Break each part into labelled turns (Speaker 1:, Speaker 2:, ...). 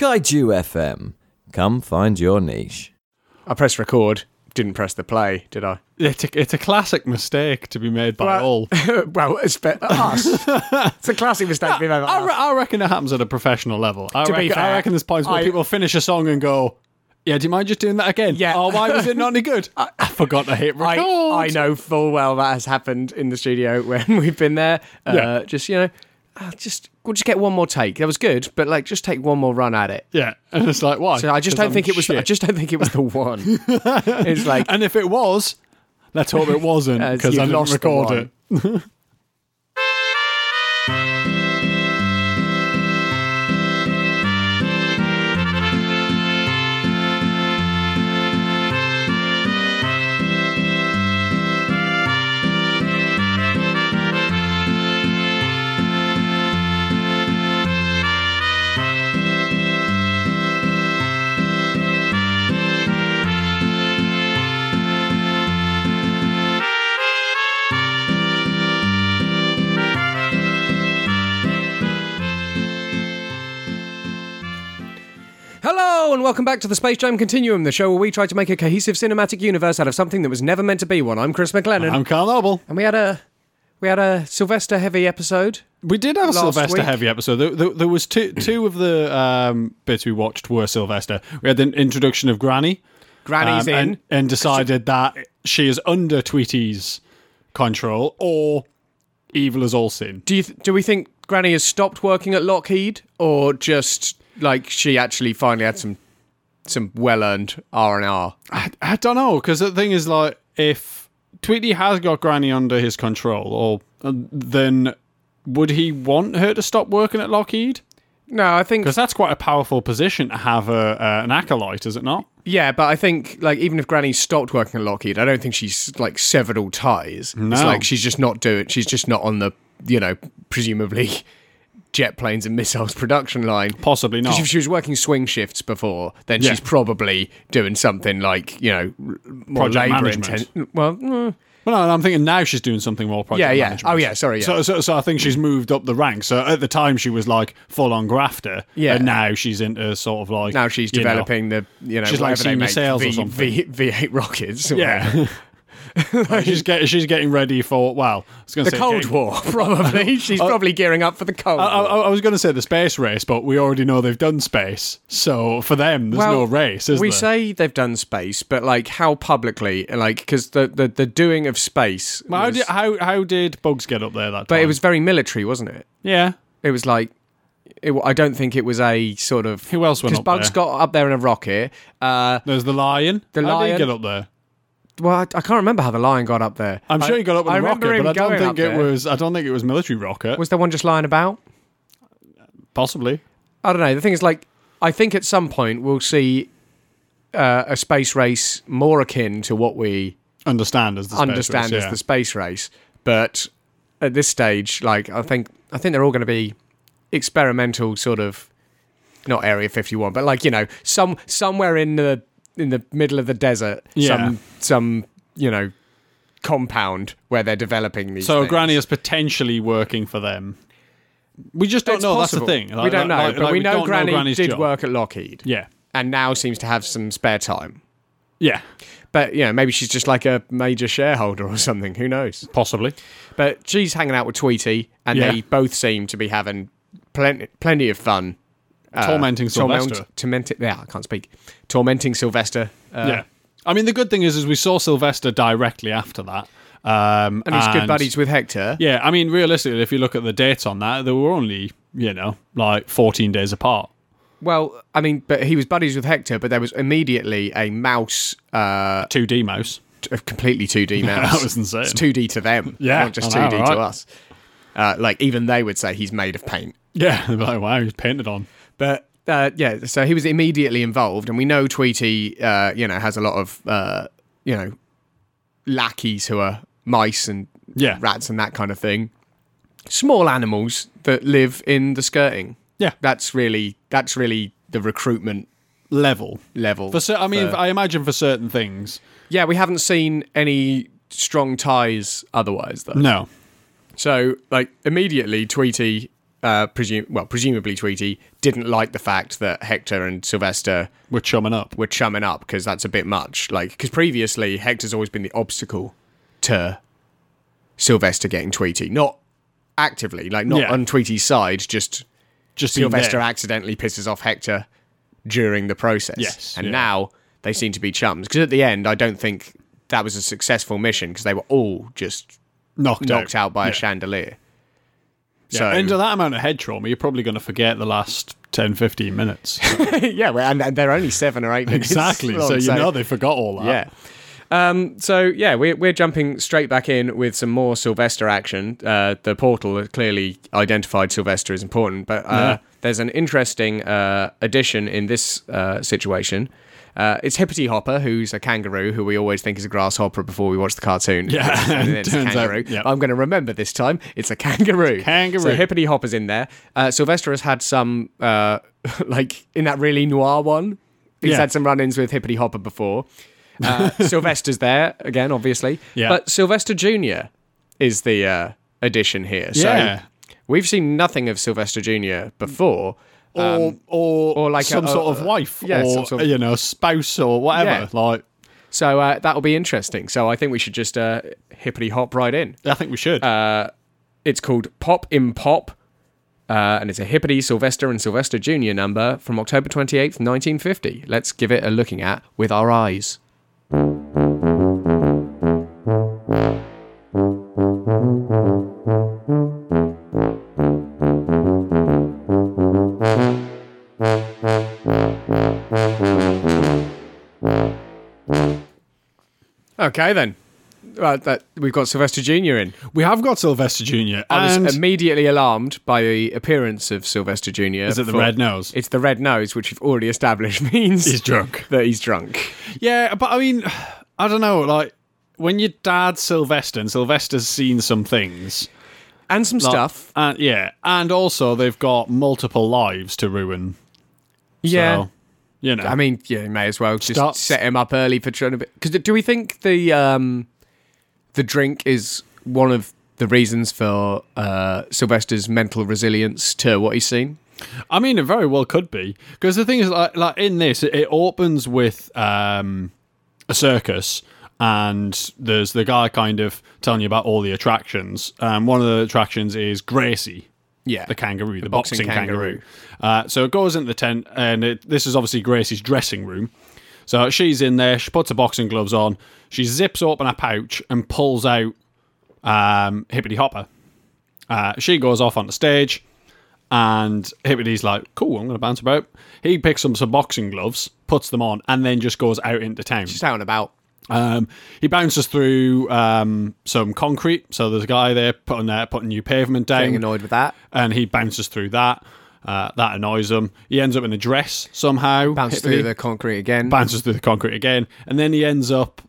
Speaker 1: Kaiju FM. Come find your niche.
Speaker 2: I pressed record, didn't press the play, did I?
Speaker 3: It's a, it's a classic mistake to be made by all.
Speaker 2: well, it's be- us. it's a classic mistake being made by
Speaker 3: I,
Speaker 2: us.
Speaker 3: re- I reckon it happens at a professional level. I,
Speaker 2: To be
Speaker 3: reckon,
Speaker 2: fair,
Speaker 3: I reckon there's points where
Speaker 2: I-
Speaker 3: people finish a song and go, "Yeah, do you mind just doing that again?
Speaker 2: Yeah.
Speaker 3: Oh, why was it not any good? I, I forgot to hit record.
Speaker 2: I, I know full well that has happened in the studio when we've been there. Uh,
Speaker 3: Yeah.
Speaker 2: Just, you know, uh, just we'll just get one more take. That was good, but like just take one more run at it.
Speaker 3: Yeah, and it's like why?
Speaker 2: So I just
Speaker 3: 'Cause
Speaker 2: don't
Speaker 3: I'm
Speaker 2: think it was. I
Speaker 3: shit.
Speaker 2: just don't think it was the one. it's like
Speaker 3: and if it was, let's hope it wasn't
Speaker 2: As
Speaker 3: because
Speaker 2: you've
Speaker 3: I didn't
Speaker 2: lost the
Speaker 3: record
Speaker 2: one.
Speaker 3: it.
Speaker 2: Hello, and welcome back to the Space Jam Continuum, the show where we try to make a cohesive cinematic universe out of something that was never meant to be one. I'm Chris McLennan,
Speaker 3: I'm Carl Noble.
Speaker 2: and we had a we had a Sylvester heavy episode.
Speaker 3: We did have a
Speaker 2: Last
Speaker 3: Sylvester
Speaker 2: week.
Speaker 3: heavy episode. There, there, there was two two of the um, bits we watched were Sylvester. We had the introduction of Granny,
Speaker 2: Granny's in.
Speaker 3: um, and, and decided that she is under Tweety's control or evil as all sin.
Speaker 2: do you th- do we think Granny has stopped working at Lockheed, or just like she actually finally had some some well earned R and R?
Speaker 3: I, I don't know because the thing is like if Tweety has got Granny under his control, or uh, then would he want her to stop working at Lockheed?
Speaker 2: No, I think
Speaker 3: Because that's quite a powerful position to have a, uh, an acolyte, is it not?
Speaker 2: yeah, but I think like even if Granny stopped working at Lockheed, I don't think she's like severed all ties.
Speaker 3: No.
Speaker 2: It's like she's just not doing. She's just not on the you know presumably jet planes and missiles production line.
Speaker 3: Possibly not.
Speaker 2: Because if she was working swing shifts before, then
Speaker 3: Yeah.
Speaker 2: she's probably doing something like you know more
Speaker 3: Project
Speaker 2: labour
Speaker 3: management.
Speaker 2: intensive. Well, mm,
Speaker 3: Well, no, and I'm thinking now she's doing something more project
Speaker 2: yeah, yeah.
Speaker 3: management.
Speaker 2: Oh, yeah. Sorry, yeah.
Speaker 3: So, so, so I think she's moved up the ranks. So at the time she was like full on grafter,
Speaker 2: Yeah.
Speaker 3: And now she's into sort of like
Speaker 2: now she's
Speaker 3: you know,
Speaker 2: developing the you know
Speaker 3: She's like
Speaker 2: whatever they
Speaker 3: senior
Speaker 2: make,
Speaker 3: sales or
Speaker 2: v,
Speaker 3: something.
Speaker 2: V, V8 rockets. or whatever.
Speaker 3: yeah. she's get, she's getting ready for well, I was going to
Speaker 2: the
Speaker 3: say
Speaker 2: Cold
Speaker 3: getting-
Speaker 2: War probably. She's probably gearing up for the Cold
Speaker 3: I,
Speaker 2: War.
Speaker 3: I, I was going to say the space race, but we already know they've done space. So for them, there's no race, is
Speaker 2: we
Speaker 3: there?
Speaker 2: say they've done space, but like how publicly, like because the, the the doing of space,
Speaker 3: But how
Speaker 2: was-
Speaker 3: did how, how did bugs get up there that
Speaker 2: but
Speaker 3: time?
Speaker 2: it was very military, wasn't it?
Speaker 3: yeah.
Speaker 2: It was like. It, I don't think it was a sort of
Speaker 3: Who else went
Speaker 2: because
Speaker 3: up
Speaker 2: Bugs
Speaker 3: there?
Speaker 2: got up there in a rocket. Uh,
Speaker 3: There's the lion.
Speaker 2: The
Speaker 3: how
Speaker 2: lion.
Speaker 3: did he get up there?
Speaker 2: well, I, I can't remember how the lion got up there.
Speaker 3: I'm
Speaker 2: I-
Speaker 3: sure he got up with
Speaker 2: I
Speaker 3: a rocket,
Speaker 2: remember him
Speaker 3: but I don't
Speaker 2: going
Speaker 3: think
Speaker 2: up
Speaker 3: it
Speaker 2: there.
Speaker 3: was. I don't think it was military rocket.
Speaker 2: Was there one just lying about?
Speaker 3: Possibly.
Speaker 2: I don't know. The thing is, like, I think at some point we'll see uh, a space race more akin to what we
Speaker 3: understand as the
Speaker 2: understand
Speaker 3: space race,
Speaker 2: as
Speaker 3: yeah.
Speaker 2: the space race. But at this stage, like, I think I think they're all going to be experimental, sort of not Area Fifty One, but like you know, some somewhere in the in the middle of the desert,
Speaker 3: Yeah.
Speaker 2: some some you know compound where they're developing these.
Speaker 3: so
Speaker 2: things.
Speaker 3: Granny is potentially working for them. We just don't
Speaker 2: It's
Speaker 3: know.
Speaker 2: possible.
Speaker 3: That's the thing.
Speaker 2: we
Speaker 3: Like,
Speaker 2: don't know,
Speaker 3: like-
Speaker 2: but
Speaker 3: like,
Speaker 2: we know
Speaker 3: don't
Speaker 2: Granny
Speaker 3: Granny's
Speaker 2: did
Speaker 3: job.
Speaker 2: work at Lockheed,
Speaker 3: Yeah,
Speaker 2: and now seems to have some spare time.
Speaker 3: yeah,
Speaker 2: But you know, maybe she's just like a major shareholder or something. Who knows?
Speaker 3: possibly.
Speaker 2: But she's hanging out with Tweety, and
Speaker 3: Yeah.
Speaker 2: they both seem to be having plenty, plenty of fun.
Speaker 3: Tormenting Sylvester.
Speaker 2: Uh, Tormenting. Yeah, I can't speak. Tormenting Sylvester. Uh,
Speaker 3: yeah, I mean the good thing is, is we saw Sylvester directly after that, um,
Speaker 2: And he's good buddies with Hector.
Speaker 3: Yeah, I mean realistically, if you look at the dates on that, they were only you know like 14 days apart.
Speaker 2: Well, I mean, but he was buddies with Hector, but there was immediately a mouse, uh,
Speaker 3: 2D mouse.
Speaker 2: t- a completely 2D mouse.
Speaker 3: that was insane.
Speaker 2: It's 2D to them,
Speaker 3: Yeah,
Speaker 2: not just
Speaker 3: I know,
Speaker 2: 2D
Speaker 3: right?
Speaker 2: to us. Uh, like, even they would say he's made of paint.
Speaker 3: Yeah, like wow, he's painted on.
Speaker 2: But uh, yeah, so he was immediately involved, and we know Tweety, uh, you know, has a lot of uh, you know lackeys who are mice and
Speaker 3: Yeah,
Speaker 2: rats and that kind of thing, small animals that live in the skirting.
Speaker 3: Yeah.
Speaker 2: that's really that's really the recruitment
Speaker 3: level.
Speaker 2: level.
Speaker 3: For cer- I mean,
Speaker 2: For-
Speaker 3: I imagine for certain things.
Speaker 2: yeah, we haven't seen any strong ties otherwise though.
Speaker 3: No,
Speaker 2: So like immediately Tweety uh, presume well, presumably Tweety didn't like the fact that Hector and Sylvester
Speaker 3: We're chumming up.
Speaker 2: were chumming up because that's a bit much. Like, because previously Hector's always been the obstacle to Sylvester getting Tweety, not actively, like not
Speaker 3: Yeah.
Speaker 2: on Tweety's side, just
Speaker 3: Just being
Speaker 2: Sylvester
Speaker 3: there.
Speaker 2: accidentally pisses off Hector during the process.
Speaker 3: Yes,
Speaker 2: And
Speaker 3: yeah.
Speaker 2: now they seem to be chums. Because at the end, I don't think that was a successful mission because they were all just
Speaker 3: knocked,
Speaker 2: knocked out by
Speaker 3: yeah.
Speaker 2: a chandelier.
Speaker 3: Yeah. uh,
Speaker 2: So,
Speaker 3: Under that amount of head trauma, you're probably going to forget the last 10, 15 minutes.
Speaker 2: yeah, well, and, and they're only seven or eight minutes.
Speaker 3: exactly.
Speaker 2: long,
Speaker 3: so you know they forgot all that.
Speaker 2: Yeah. Um, so yeah, we're we're jumping straight back in with some more Sylvester action. Uh, the portal has clearly identified Sylvester as important, but uh, there's an interesting uh, addition in this uh, situation. Uh, it's Hippity Hopper, who's a kangaroo, who we always think is a grasshopper before we watch the cartoon.
Speaker 3: Yeah,
Speaker 2: And it's a
Speaker 3: turns out,
Speaker 2: kangaroo.
Speaker 3: yeah.
Speaker 2: I'm going to remember this time. It's a kangaroo.
Speaker 3: Kangaroo.
Speaker 2: So Hippity Hopper's in there. Uh, Sylvester has had some, uh, like in that really noir one. He's
Speaker 3: Yeah.
Speaker 2: had some run-ins with Hippity Hopper before. Uh, Sylvester's there again, obviously.
Speaker 3: Yeah.
Speaker 2: But Sylvester Jr. is the uh, addition here.
Speaker 3: Yeah.
Speaker 2: So we've seen nothing of Sylvester Jr. before.
Speaker 3: or, or
Speaker 2: um, or like a-
Speaker 3: some
Speaker 2: a-
Speaker 3: sort of wife
Speaker 2: yeah, some
Speaker 3: or
Speaker 2: sort of-
Speaker 3: you know spouse or whatever like
Speaker 2: So uh, that'll be interesting. So I think we should just uh, hippity hop right in.
Speaker 3: i think we should
Speaker 2: Uh, It's called Pop in Pop. Uh, and it's a hippity Sylvester and Sylvester Jr. number from October 28th, 1950. Let's give it a looking at with our eyes. Okay, then. Right, that, we've got Sylvester Jr. in.
Speaker 3: we have got sylvester jr
Speaker 2: I
Speaker 3: and
Speaker 2: was um, immediately alarmed by the appearance of Sylvester Jr.
Speaker 3: is it the red nose
Speaker 2: It's the red nose, which we've already established means
Speaker 3: he's drunk
Speaker 2: that he's drunk.
Speaker 3: yeah but i mean i don't know like when your dad's sylvester and sylvester's seen some things
Speaker 2: And some stuff.
Speaker 3: and yeah and also they've got multiple lives to ruin
Speaker 2: Yeah.
Speaker 3: so, you know
Speaker 2: I mean, yeah, you may as well just
Speaker 3: Stop.
Speaker 2: set him up early for trying to Because do we think the um, the drink is one of the reasons for uh, Sylvester's mental resilience to what he's seen?
Speaker 3: I mean, it very well could be because the thing is, like, like in this, it, it opens with um, a circus, and there's the guy kind of telling you about all the attractions. Um, one of the attractions is Gracie,
Speaker 2: Yeah.
Speaker 3: the kangaroo, the,
Speaker 2: boxing
Speaker 3: boxing,
Speaker 2: kangaroo.
Speaker 3: kangaroo. Uh, so it goes into the tent, and it, this is obviously Gracie's dressing room. So she's in there. She puts her boxing gloves on. She zips open a pouch and pulls out um, Hippity Hopper. Uh, she goes off on the stage, and Hippity's like, "Cool, I'm going to bounce about." He picks up some boxing gloves, puts them on, and then just goes out into town.
Speaker 2: Just out and about.
Speaker 3: Um, he bounces through um, some concrete. So there's a guy there putting uh, putting new pavement down
Speaker 2: Getting annoyed with that.
Speaker 3: and he bounces through that. Uh, that annoys him. He ends up in a dress somehow.
Speaker 2: Bounce
Speaker 3: Hippity
Speaker 2: through the concrete again.
Speaker 3: bounces through the concrete again, and then he ends up.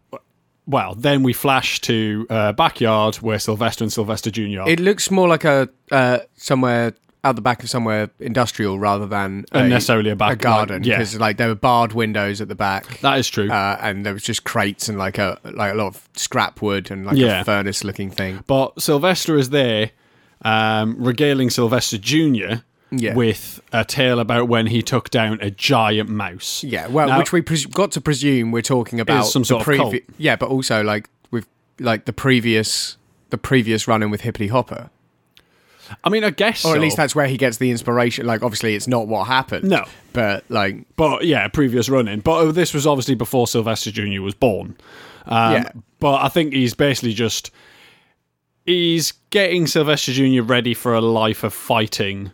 Speaker 3: Well, then we flash to uh, backyard where Sylvester and Sylvester Junior.
Speaker 2: It looks more like a uh, somewhere out the back of somewhere industrial rather than a,
Speaker 3: Necessarily a back-
Speaker 2: a garden
Speaker 3: like, yeah.
Speaker 2: because like there were barred windows at the back.
Speaker 3: that is true.
Speaker 2: uh, and there was just crates and like a like a lot of scrap wood and like
Speaker 3: Yeah.
Speaker 2: a furnace looking thing.
Speaker 3: but Sylvester is there, um, regaling Sylvester Junior
Speaker 2: Yeah.
Speaker 3: with a tale about when he took down a giant mouse.
Speaker 2: Yeah, well,
Speaker 3: Now-
Speaker 2: which we pres- got to presume we're talking about
Speaker 3: some
Speaker 2: the
Speaker 3: sort of
Speaker 2: previ-
Speaker 3: cult.
Speaker 2: Yeah, but also like with like the previous the previous run in with Hippity Hopper,
Speaker 3: I mean, I guess,
Speaker 2: or
Speaker 3: so.
Speaker 2: at least that's where he gets the inspiration. Like, obviously, it's not what happened.
Speaker 3: No.
Speaker 2: but like
Speaker 3: But yeah, previous running. But uh, this was obviously before Sylvester Junior was born. Um,
Speaker 2: Yeah.
Speaker 3: But I think he's basically just he's getting Sylvester Junior ready for a life of fighting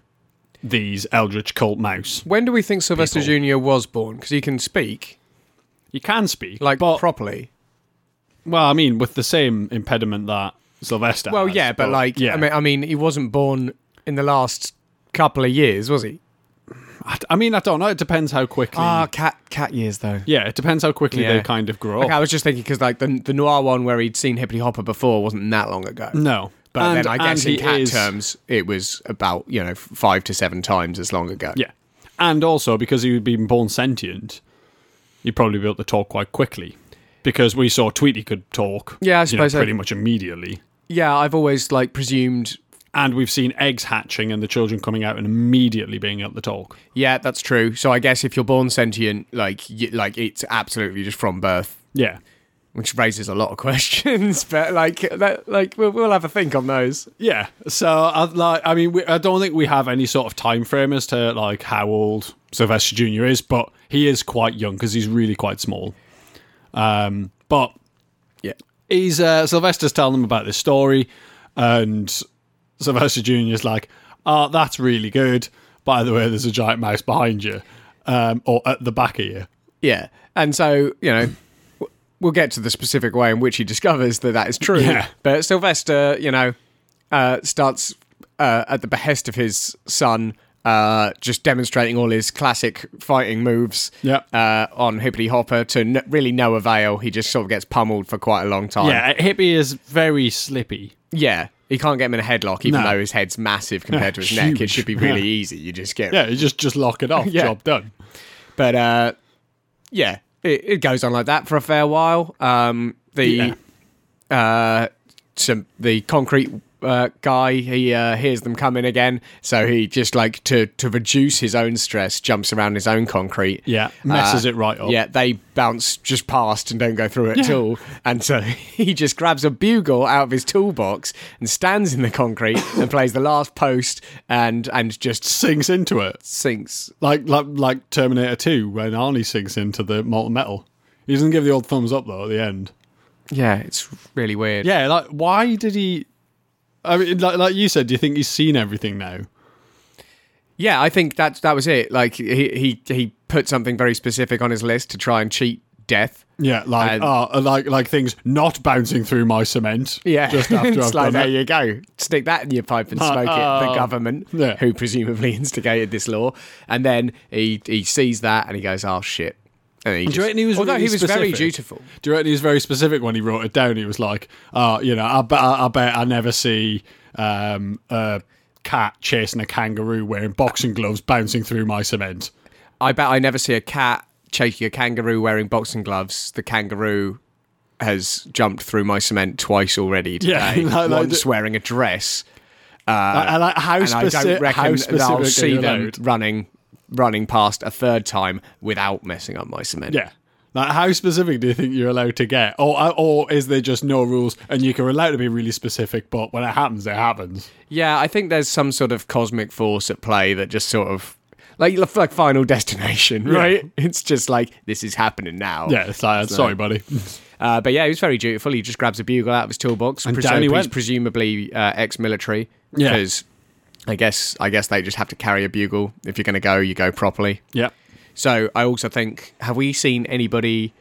Speaker 3: these Eldritch cult mouse.
Speaker 2: when do we think Sylvester Junior was born? Because he can speak
Speaker 3: You can speak
Speaker 2: like
Speaker 3: but,
Speaker 2: properly.
Speaker 3: well, I mean, with the same impediment that Sylvester.
Speaker 2: Well,
Speaker 3: has,
Speaker 2: yeah, but like
Speaker 3: yeah,
Speaker 2: I mean, I mean, he wasn't born in the last couple of years, was he?
Speaker 3: I, I mean, I don't know. It depends how quickly.
Speaker 2: Ah, cat cat years though.
Speaker 3: yeah, it depends how quickly
Speaker 2: Yeah.
Speaker 3: they kind of grow up.
Speaker 2: Okay, I was just thinking because like the the noir one where he'd seen Hippity Hopper before wasn't that long ago.
Speaker 3: No,
Speaker 2: But
Speaker 3: And-
Speaker 2: then I guess
Speaker 3: and
Speaker 2: in
Speaker 3: he
Speaker 2: cat
Speaker 3: is-
Speaker 2: terms, it was about you know f- five to seven times as long ago.
Speaker 3: Yeah. And also because he would be born sentient, he'd probably be able to talk quite quickly. Because we saw Tweety could talk.
Speaker 2: Yeah, I
Speaker 3: you know,
Speaker 2: suppose I-
Speaker 3: pretty much immediately.
Speaker 2: yeah. I've always like presumed
Speaker 3: and we've seen eggs hatching and the children coming out and immediately being at the talk.
Speaker 2: Yeah, that's true. So I guess if you're born sentient, like y like it's absolutely just from birth,
Speaker 3: Yeah.
Speaker 2: which raises a lot of questions. But like, that, like we'll, we'll have a think on those.
Speaker 3: Yeah. So I like I mean we, I don't think we have any sort of time frame as to like how old Sylvester Jr is, but he is quite young because he's really quite small. Um but
Speaker 2: Yeah.
Speaker 3: he's uh, Sylvester's telling them about this story, and Sylvester Junior's like, "Ah, that's really good." By the way, there's a giant mouse behind you, um, or at the back of you.
Speaker 2: Yeah, and so you know, w- we'll get to the specific way in which he discovers that that is true.
Speaker 3: Yeah.
Speaker 2: But Sylvester, you know, uh, starts uh, at the behest of his son, uh, just demonstrating all his classic fighting moves.
Speaker 3: Yeah.
Speaker 2: Uh, on Hippity Hopper to n- really no avail. He just sort of gets pummeled for quite a long time.
Speaker 3: Yeah, Hippie is very slippy.
Speaker 2: Yeah. He can't get him in a headlock, even
Speaker 3: No.
Speaker 2: though his head's massive compared to his neck. It
Speaker 3: Huge.
Speaker 2: should be really easy. You just get
Speaker 3: Yeah, you just just lock it off.
Speaker 2: Yeah.
Speaker 3: Job done.
Speaker 2: But uh, yeah, it, it goes on like that for a fair while. Um, the uh, some the concrete uh, guy he uh, hears them coming again, so he just like to to reduce his own stress, jumps around his own concrete.
Speaker 3: Yeah, messes
Speaker 2: Uh,
Speaker 3: it right up.
Speaker 2: Yeah, they bounce just past and don't go through it at
Speaker 3: Yeah.
Speaker 2: all. And so he just grabs a bugle out of his toolbox and stands in the concrete and plays the last post and and just
Speaker 3: sinks into it
Speaker 2: sinks
Speaker 3: like like like Terminator Two when Arnie sinks into the molten metal. He doesn't give the old thumbs up though at the end.
Speaker 2: Yeah, it's really weird.
Speaker 3: Yeah, like why did he? I mean, like, like you said, do you think he's seen everything now?
Speaker 2: Yeah, I think that that was it. Like he he he put something very specific on his list to try and cheat death.
Speaker 3: Yeah, like
Speaker 2: And-
Speaker 3: ah, like like things not bouncing through my cement.
Speaker 2: Yeah,
Speaker 3: just after
Speaker 2: It's
Speaker 3: I've
Speaker 2: like,
Speaker 3: done
Speaker 2: there
Speaker 3: it.
Speaker 2: you go. Stick that in your pipe and smoke it. The
Speaker 3: Oh.
Speaker 2: government,
Speaker 3: Yeah.
Speaker 2: who presumably instigated this law, and then he he sees that and he goes, "Oh shit!" And he
Speaker 3: Do you
Speaker 2: just-
Speaker 3: reckon he was
Speaker 2: although
Speaker 3: really
Speaker 2: he was very
Speaker 3: specific?
Speaker 2: dutiful.
Speaker 3: Do you reckon he was very specific when he wrote it down? He was like, "Ah, you know, I bet I, I bet I never see um, a cat chasing a kangaroo wearing boxing gloves bouncing through my cement."
Speaker 2: I bet I never see a cat chasing a kangaroo wearing boxing gloves. The kangaroo has jumped through my cement twice already
Speaker 3: Yeah,
Speaker 2: today.
Speaker 3: like- like
Speaker 2: once
Speaker 3: the-
Speaker 2: wearing a dress.
Speaker 3: I- Uh, I like how,
Speaker 2: and I don't
Speaker 3: speci-
Speaker 2: reckon
Speaker 3: how specific.
Speaker 2: they'll see
Speaker 3: are you
Speaker 2: them
Speaker 3: allowed?
Speaker 2: running running past a third time without messing up my cement.
Speaker 3: Yeah. Like, how specific do you think you're allowed to get, or uh, or is there just no rules and you can allow to be really specific, but when it happens, it happens.
Speaker 2: yeah. I think there's some sort of cosmic force at play that just sort of like like Final Destination, right? It's just like this is happening now.
Speaker 3: Yeah, it's like, sorry, buddy.
Speaker 2: Uh, but yeah, he was very dutiful. He just grabs a bugle out of his toolbox. And
Speaker 3: down he
Speaker 2: he's
Speaker 3: went.
Speaker 2: presumably uh, ex-military.
Speaker 3: Yeah.
Speaker 2: Because I guess I guess they just have to carry a bugle. If you're going to go, you go properly.
Speaker 3: yeah.
Speaker 2: So I also think, have we seen anybody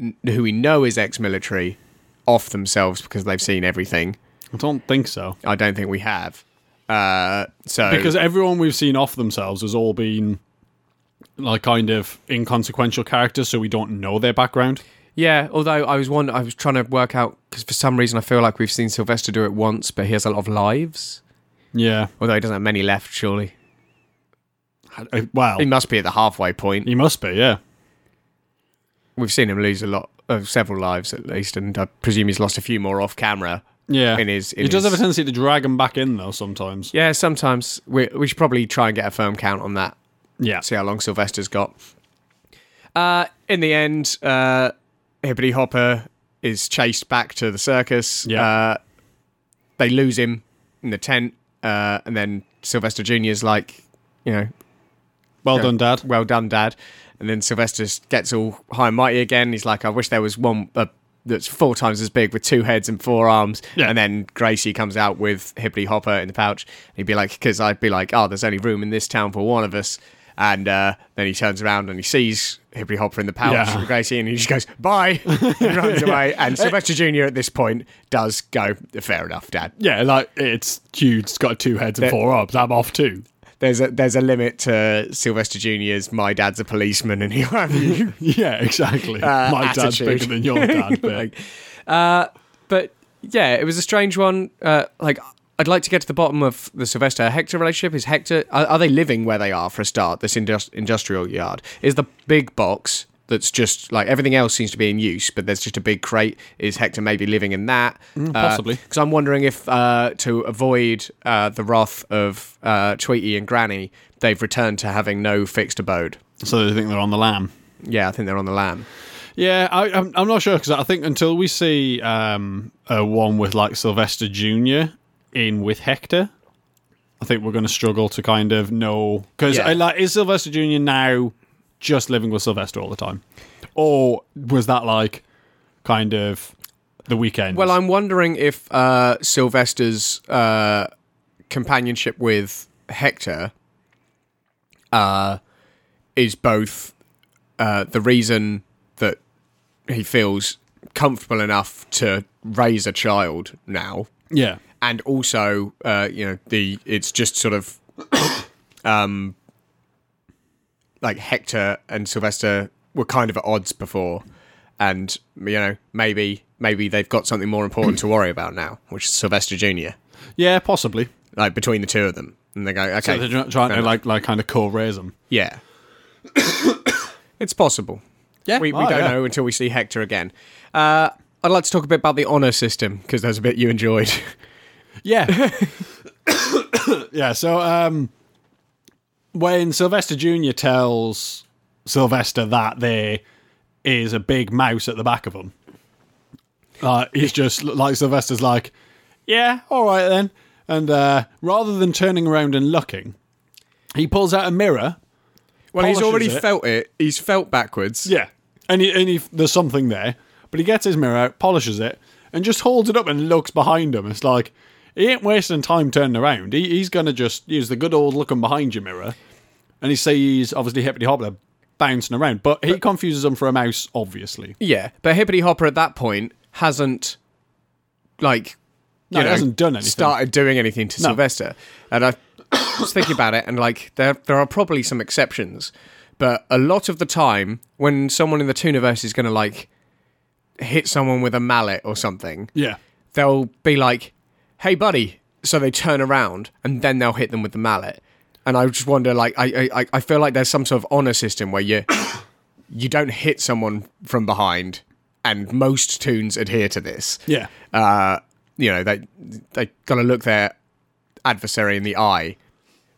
Speaker 2: uh, n- who we know is ex-military off themselves because they've seen everything?
Speaker 3: I don't think so.
Speaker 2: I don't think we have. Uh, so
Speaker 3: Because everyone we've seen off themselves has all been like kind of inconsequential characters, so we don't know their background.
Speaker 2: yeah, although I was one, I was trying to work out because for some reason I feel like we've seen Sylvester do it once, but he has a lot of lives.
Speaker 3: Yeah.
Speaker 2: Although he doesn't have many left, surely
Speaker 3: Uh, Well,
Speaker 2: he must be at the halfway point.
Speaker 3: he must be, yeah.
Speaker 2: We've seen him lose a lot of several lives at least, and I presume he's lost a few more off camera.
Speaker 3: Yeah.
Speaker 2: In his- in
Speaker 3: he does
Speaker 2: his-
Speaker 3: have a tendency to drag them back in, though, sometimes.
Speaker 2: Yeah, sometimes we we should probably try and get a firm count on that.
Speaker 3: Yeah.
Speaker 2: see how long Sylvester's got. Uh, in the end, uh, Hippity Hopper is chased back to the circus.
Speaker 3: Yeah.
Speaker 2: Uh, they lose him in the tent, uh, and then Sylvester Junior's like, you know,
Speaker 3: Well done, Dad.
Speaker 2: well done, Dad. And then Sylvester s- gets all high and mighty again. He's like, I wish there was one uh, that's four times as big with two heads and four arms.
Speaker 3: Yeah.
Speaker 2: And then Gracie comes out with Hippity Hopper in the pouch. He'd be like, because I'd be like, oh, there's only room in this town for one of us. And uh, then he turns around and he sees Hippity Hopper in the pouch
Speaker 3: Yeah.
Speaker 2: with Gracie and he just goes, bye, and runs away. And Sylvester Jr. at this point does go, fair enough, Dad.
Speaker 3: Yeah, like it's huge. It's got two heads and four arms. I'm off too.
Speaker 2: There's a, there's a limit to Sylvester Jr.'s my dad's a policeman and he'll have you.
Speaker 3: Yeah, exactly. My dad's
Speaker 2: Uh, attitude.
Speaker 3: bigger than your dad. But
Speaker 2: Like, but yeah, it was a strange one. Uh, like, I'd like to get to the bottom of the Sylvester Hector relationship. Is Hector are, are they living where they are for a start? This indus- industrial yard is the big box that's just like everything else seems to be in use, but there's just a big crate. Is Hector maybe living in that?
Speaker 3: possibly.
Speaker 2: Because I'm wondering if uh, to avoid uh, the wrath of uh, Tweety and Granny, they've returned to having no fixed abode.
Speaker 3: So they think they're on the lamb.
Speaker 2: Yeah, I think they're on the lamb.
Speaker 3: Yeah, I, I'm, I'm not sure because I think until we see um, a one with like Sylvester Jr. in with Hector, I think we're going to struggle to kind of know because
Speaker 2: Yeah.
Speaker 3: like is Sylvester Jr. now just living with Sylvester all the time, or was that like kind of the weekend?
Speaker 2: Well, I'm wondering if uh, Sylvester's uh, companionship with Hector uh, is both uh, the reason that he feels comfortable enough to raise a child now,
Speaker 3: yeah,
Speaker 2: and also, uh, you know, the it's just sort of um, like Hector and Sylvester were kind of at odds before, and you know, maybe maybe they've got something more important to worry about now, which is Sylvester Junior.
Speaker 3: yeah, possibly.
Speaker 2: Like between the two of them, and they go, okay,
Speaker 3: So they're tr-
Speaker 2: fair
Speaker 3: trying to
Speaker 2: enough.
Speaker 3: like like kind of co-raise them.
Speaker 2: yeah, it's possible.
Speaker 3: Oh, Yeah,
Speaker 2: We, we don't know until we see Hector again. Uh, I'd like to talk a bit about the honor system because there's a bit you enjoyed.
Speaker 3: Yeah. yeah, so um when Sylvester Jr. tells Sylvester that there is a big mouse at the back of him, uh, he's just like Sylvester's like, yeah, all right then. And uh, rather than turning around and looking, he pulls out a mirror.
Speaker 2: Well, he's
Speaker 3: polishes
Speaker 2: already
Speaker 3: it.
Speaker 2: felt it. He's felt backwards.
Speaker 3: Yeah. And, he, and he, there's something there. But he gets his mirror out, polishes it, and just holds it up and looks behind him. It's like, he ain't wasting time turning around. He, he's going to just use the good old looking behind you mirror. And he sees, obviously, Hippity Hoppler bouncing around. But he confuses him for a mouse, obviously.
Speaker 2: Yeah, but Hippity Hopper at that point hasn't, like,
Speaker 3: No,
Speaker 2: you
Speaker 3: he
Speaker 2: know,
Speaker 3: hasn't done anything.
Speaker 2: started doing anything to
Speaker 3: No.
Speaker 2: Sylvester. And I was thinking about it, and like, there there are probably some exceptions, but a lot of the time when someone in the Tooniverse is going to like hit someone with a mallet or something,
Speaker 3: Yeah.
Speaker 2: they'll be like, "Hey, buddy!" So they turn around and then they'll hit them with the mallet. And I just wonder, like, I I, I- I feel like there's some sort of honor system where you you don't hit someone from behind, and most tunes adhere to this.
Speaker 3: Yeah.
Speaker 2: Uh, you know, they they gotta look their adversary in the eye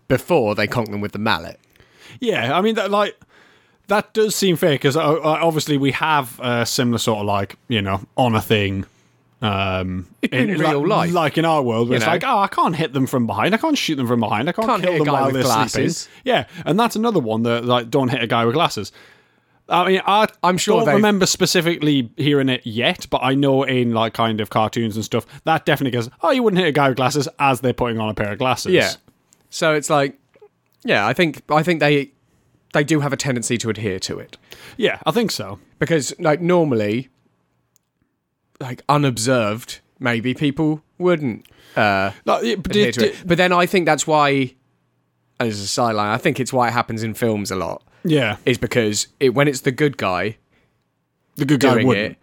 Speaker 2: before they conk them with the mallet.
Speaker 3: Yeah. I mean, that, like, that does seem fair because uh, uh, obviously we have a similar sort of, like, you know, honour thing. Um,
Speaker 2: In real
Speaker 3: like,
Speaker 2: life.
Speaker 3: like in our world, where it's
Speaker 2: know?
Speaker 3: like, oh, I can't hit them from behind, I can't shoot them from behind, I can't,
Speaker 2: Can't
Speaker 3: kill
Speaker 2: hit a
Speaker 3: them
Speaker 2: guy
Speaker 3: while
Speaker 2: with
Speaker 3: they're
Speaker 2: glasses.
Speaker 3: sleeping. Yeah, and that's another one that like don't hit a guy with glasses. I mean, I
Speaker 2: I'm sure
Speaker 3: don't
Speaker 2: they've-
Speaker 3: remember specifically hearing it yet, but I know in like kind of cartoons and stuff that definitely goes, oh, you wouldn't hit a guy with glasses as they're putting on a pair of glasses.
Speaker 2: Yeah. So it's like, yeah, I think I think they they do have a tendency to adhere to it.
Speaker 3: yeah, I think so.
Speaker 2: because like normally like unobserved maybe people wouldn't
Speaker 3: Like, it- but
Speaker 2: adhere
Speaker 3: it-
Speaker 2: to it but then i think that's why as a sideline i think it's why it happens in films a lot
Speaker 3: yeah,
Speaker 2: is because it, when it's the good guy
Speaker 3: the good guy
Speaker 2: doing
Speaker 3: wouldn't.
Speaker 2: it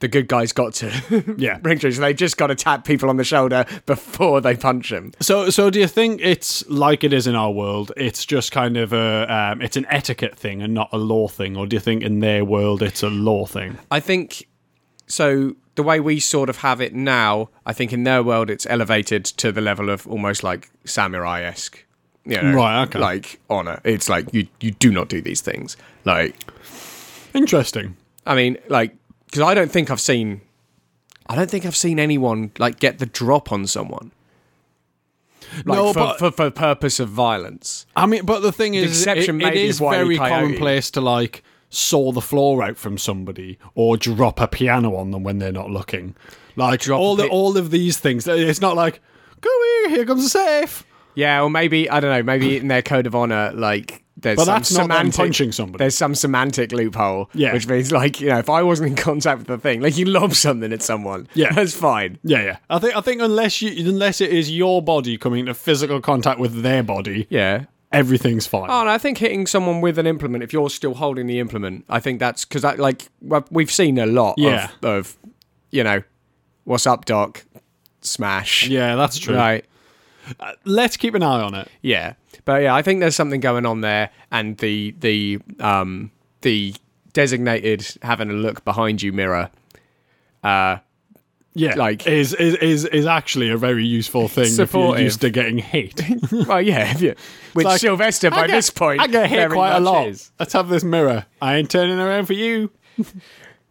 Speaker 2: the good guy's got to
Speaker 3: Yeah,
Speaker 2: ring true so they just got to tap people on the shoulder before they punch him
Speaker 3: So, so do you think it's like it is in our world? It's just kind of a, um, it's an etiquette thing and not a law thing, or do you think in their world it's a law thing?
Speaker 2: I think so. The way we sort of have it now, I think in their world it's elevated to the level of almost like samurai esque, you know,
Speaker 3: Right, okay.
Speaker 2: like honor. It's like you you do not do these things. Like
Speaker 3: Interesting.
Speaker 2: I mean, like because I don't think I've seen, I don't think I've seen anyone like get the drop on someone. Like
Speaker 3: No,
Speaker 2: for,
Speaker 3: but-
Speaker 2: for for purpose of violence.
Speaker 3: I mean, but the thing is, it,
Speaker 2: exception
Speaker 3: it
Speaker 2: may be
Speaker 3: is
Speaker 2: Wile E.
Speaker 3: very
Speaker 2: Coyote.
Speaker 3: commonplace to like saw the floor out from somebody or drop a piano on them when they're not looking. Like
Speaker 2: Drop
Speaker 3: all
Speaker 2: a
Speaker 3: the,
Speaker 2: pi-
Speaker 3: all of these things. It's not like go here, here comes the safe.
Speaker 2: Yeah, or maybe I don't know. Maybe in their code of honor, like there's
Speaker 3: But
Speaker 2: some
Speaker 3: that's not them
Speaker 2: semantic,
Speaker 3: punching somebody.
Speaker 2: There's some semantic loophole,
Speaker 3: Yeah.
Speaker 2: which means like you know, if I wasn't in contact with the thing, like you lob something at someone,
Speaker 3: Yeah.
Speaker 2: that's fine.
Speaker 3: Yeah, yeah. I think I think unless you unless it is your body coming into physical contact with their body,
Speaker 2: Yeah.
Speaker 3: everything's fine.
Speaker 2: Oh, and I think hitting someone with an implement, if you're still holding the implement, I think that's because that like well, we've seen a lot
Speaker 3: Yeah.
Speaker 2: of, of, you know, what's up, doc, smash,
Speaker 3: Yeah, that's true.
Speaker 2: right.
Speaker 3: Let's keep an eye on it.
Speaker 2: Yeah, but yeah, I think there's something going on there, and the the um the designated having a look behind you mirror. Uh,
Speaker 3: Yeah,
Speaker 2: Like-
Speaker 3: is is is, is actually a very useful thing if you're
Speaker 2: Supportive.
Speaker 3: used to getting hit.
Speaker 2: well, yeah, yeah. Which
Speaker 3: like,
Speaker 2: Sylvester by
Speaker 3: I get-
Speaker 2: this point,
Speaker 3: I get hit
Speaker 2: very
Speaker 3: quite a
Speaker 2: much
Speaker 3: lot.
Speaker 2: is.
Speaker 3: Let's have this mirror. I ain't turning around for you.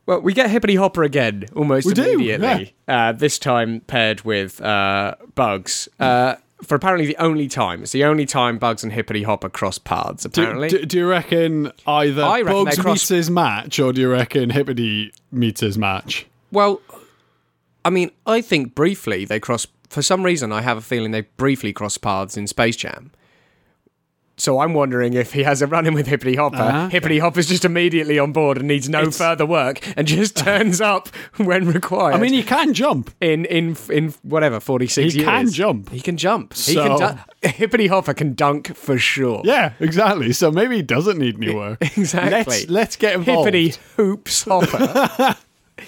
Speaker 2: Well, we get Hippity Hopper again almost
Speaker 3: do,
Speaker 2: immediately. Uh, this time paired with uh, Bugs. Uh, for apparently the only time. It's the only time Bugs and Hippity Hopper cross paths,
Speaker 3: Do,
Speaker 2: apparently.
Speaker 3: do, do you reckon either
Speaker 2: I reckon
Speaker 3: Bugs
Speaker 2: they cross-
Speaker 3: meets his match, or do you reckon Hippity meets his match?
Speaker 2: well, I mean, I think briefly they cross. For some reason, I have a feeling they briefly cross paths in Space Jam. So I'm wondering if he has a run in with Hippity Hopper.
Speaker 3: Ah.
Speaker 2: Hippity Hopper's just immediately on board and needs no further work and just turns up when required.
Speaker 3: I mean, he can jump.
Speaker 2: in in in whatever 46
Speaker 3: He
Speaker 2: years.
Speaker 3: can jump.
Speaker 2: He can jump. He
Speaker 3: So-
Speaker 2: can dun- Hippity Hopper can dunk for sure.
Speaker 3: Yeah, exactly. So maybe he doesn't need any work.
Speaker 2: E- Exactly.
Speaker 3: Let's let's get involved.
Speaker 2: Hippity hoops Hopper.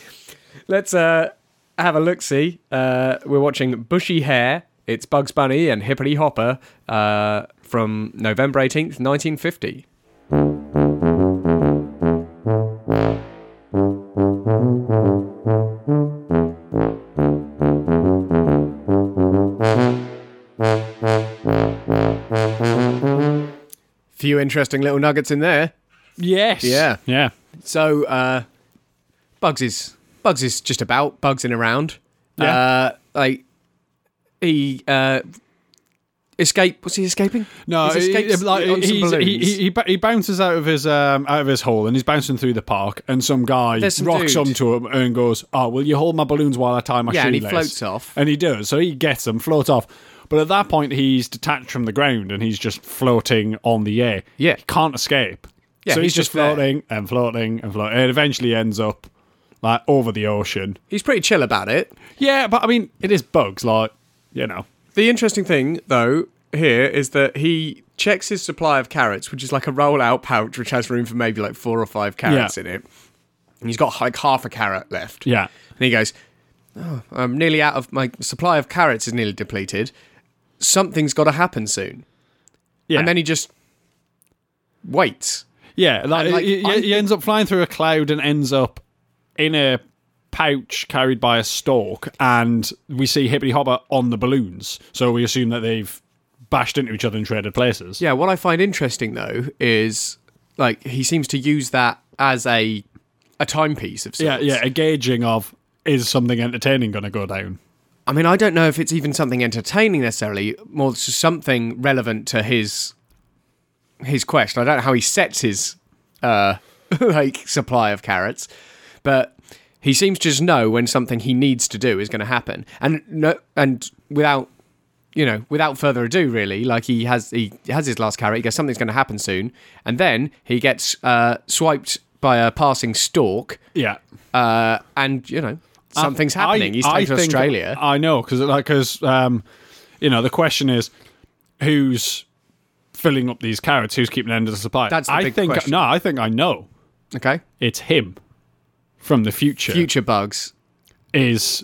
Speaker 2: Let's uh have a look see. Uh we're watching Bushy Hair. It's Bugs Bunny and Hippity Hopper uh from November 18th, 1950. Few interesting little nuggets in there.
Speaker 3: Yes.
Speaker 2: Yeah.
Speaker 3: Yeah.
Speaker 2: So uh, Bugs is Bugs is just about Bugs and around.
Speaker 3: Yeah.
Speaker 2: Uh, like he uh, escape. Was he escaping?
Speaker 3: No,
Speaker 2: He's
Speaker 3: he,
Speaker 2: escaped
Speaker 3: like,
Speaker 2: on some
Speaker 3: he's- he,
Speaker 2: balloons.
Speaker 3: he, he, ba- he bounces out of his um, out of his hole and he's bouncing through the park and some guy
Speaker 2: There's some
Speaker 3: rocks
Speaker 2: dude.
Speaker 3: onto him and goes, "Oh, will you hold my balloons while I tie my
Speaker 2: Yeah, and he
Speaker 3: shoelace?"
Speaker 2: floats off.
Speaker 3: and he does. So he gets them, floats off. But at that point, he's detached from the ground and he's just floating on the air.
Speaker 2: Yeah.
Speaker 3: he can't escape.
Speaker 2: Yeah,
Speaker 3: so he's,
Speaker 2: he's
Speaker 3: just
Speaker 2: just there.
Speaker 3: floating and floating and floating, and eventually ends up like over the ocean.
Speaker 2: He's pretty chill about it.
Speaker 3: Yeah, but I mean, it is bugs, like you know.
Speaker 2: The interesting thing, though, here is that he checks his supply of carrots, which is like a roll-out pouch, which has room for maybe like four or five carrots
Speaker 3: Yeah.
Speaker 2: in it. And he's got like half a carrot left.
Speaker 3: Yeah,
Speaker 2: And he goes, oh, I'm nearly out of my supply of carrots is nearly depleted. Something's got to happen soon.
Speaker 3: yeah.
Speaker 2: And then he just waits.
Speaker 3: Yeah, like,
Speaker 2: And, like,
Speaker 3: he,
Speaker 2: I
Speaker 3: he- he
Speaker 2: think-
Speaker 3: ends up flying through a cloud and ends up in a pouch carried by a stork, and we see Hippity Hopper on the balloons. So we assume that they've bashed into each other and traded places.
Speaker 2: Yeah, what I find interesting though is like he seems to use that as a a timepiece of
Speaker 3: yeah,
Speaker 2: sorts.
Speaker 3: yeah, a gauging of is something entertaining going to go down.
Speaker 2: I mean, I don't know if it's even something entertaining necessarily, more just something relevant to his his quest. I don't know how he sets his uh like supply of carrots, but he seems to just know when something he needs to do is going to happen, and no, and without you know, without further ado, really, like he has he has his last carrot. He goes, something's going to happen soon, and then he gets uh, swiped by a passing stork,
Speaker 3: Yeah,
Speaker 2: uh, and you know. Something's
Speaker 3: Uh, I-
Speaker 2: happening. He's
Speaker 3: I
Speaker 2: taken to
Speaker 3: think-
Speaker 2: Australia.
Speaker 3: I know because like because um, you know the question is who's filling up these carrots? Who's keeping end of the supply?
Speaker 2: That's the
Speaker 3: I
Speaker 2: big
Speaker 3: think
Speaker 2: question.
Speaker 3: no, I think I know.
Speaker 2: Okay.
Speaker 3: It's him from the future.
Speaker 2: Future Bugs.
Speaker 3: is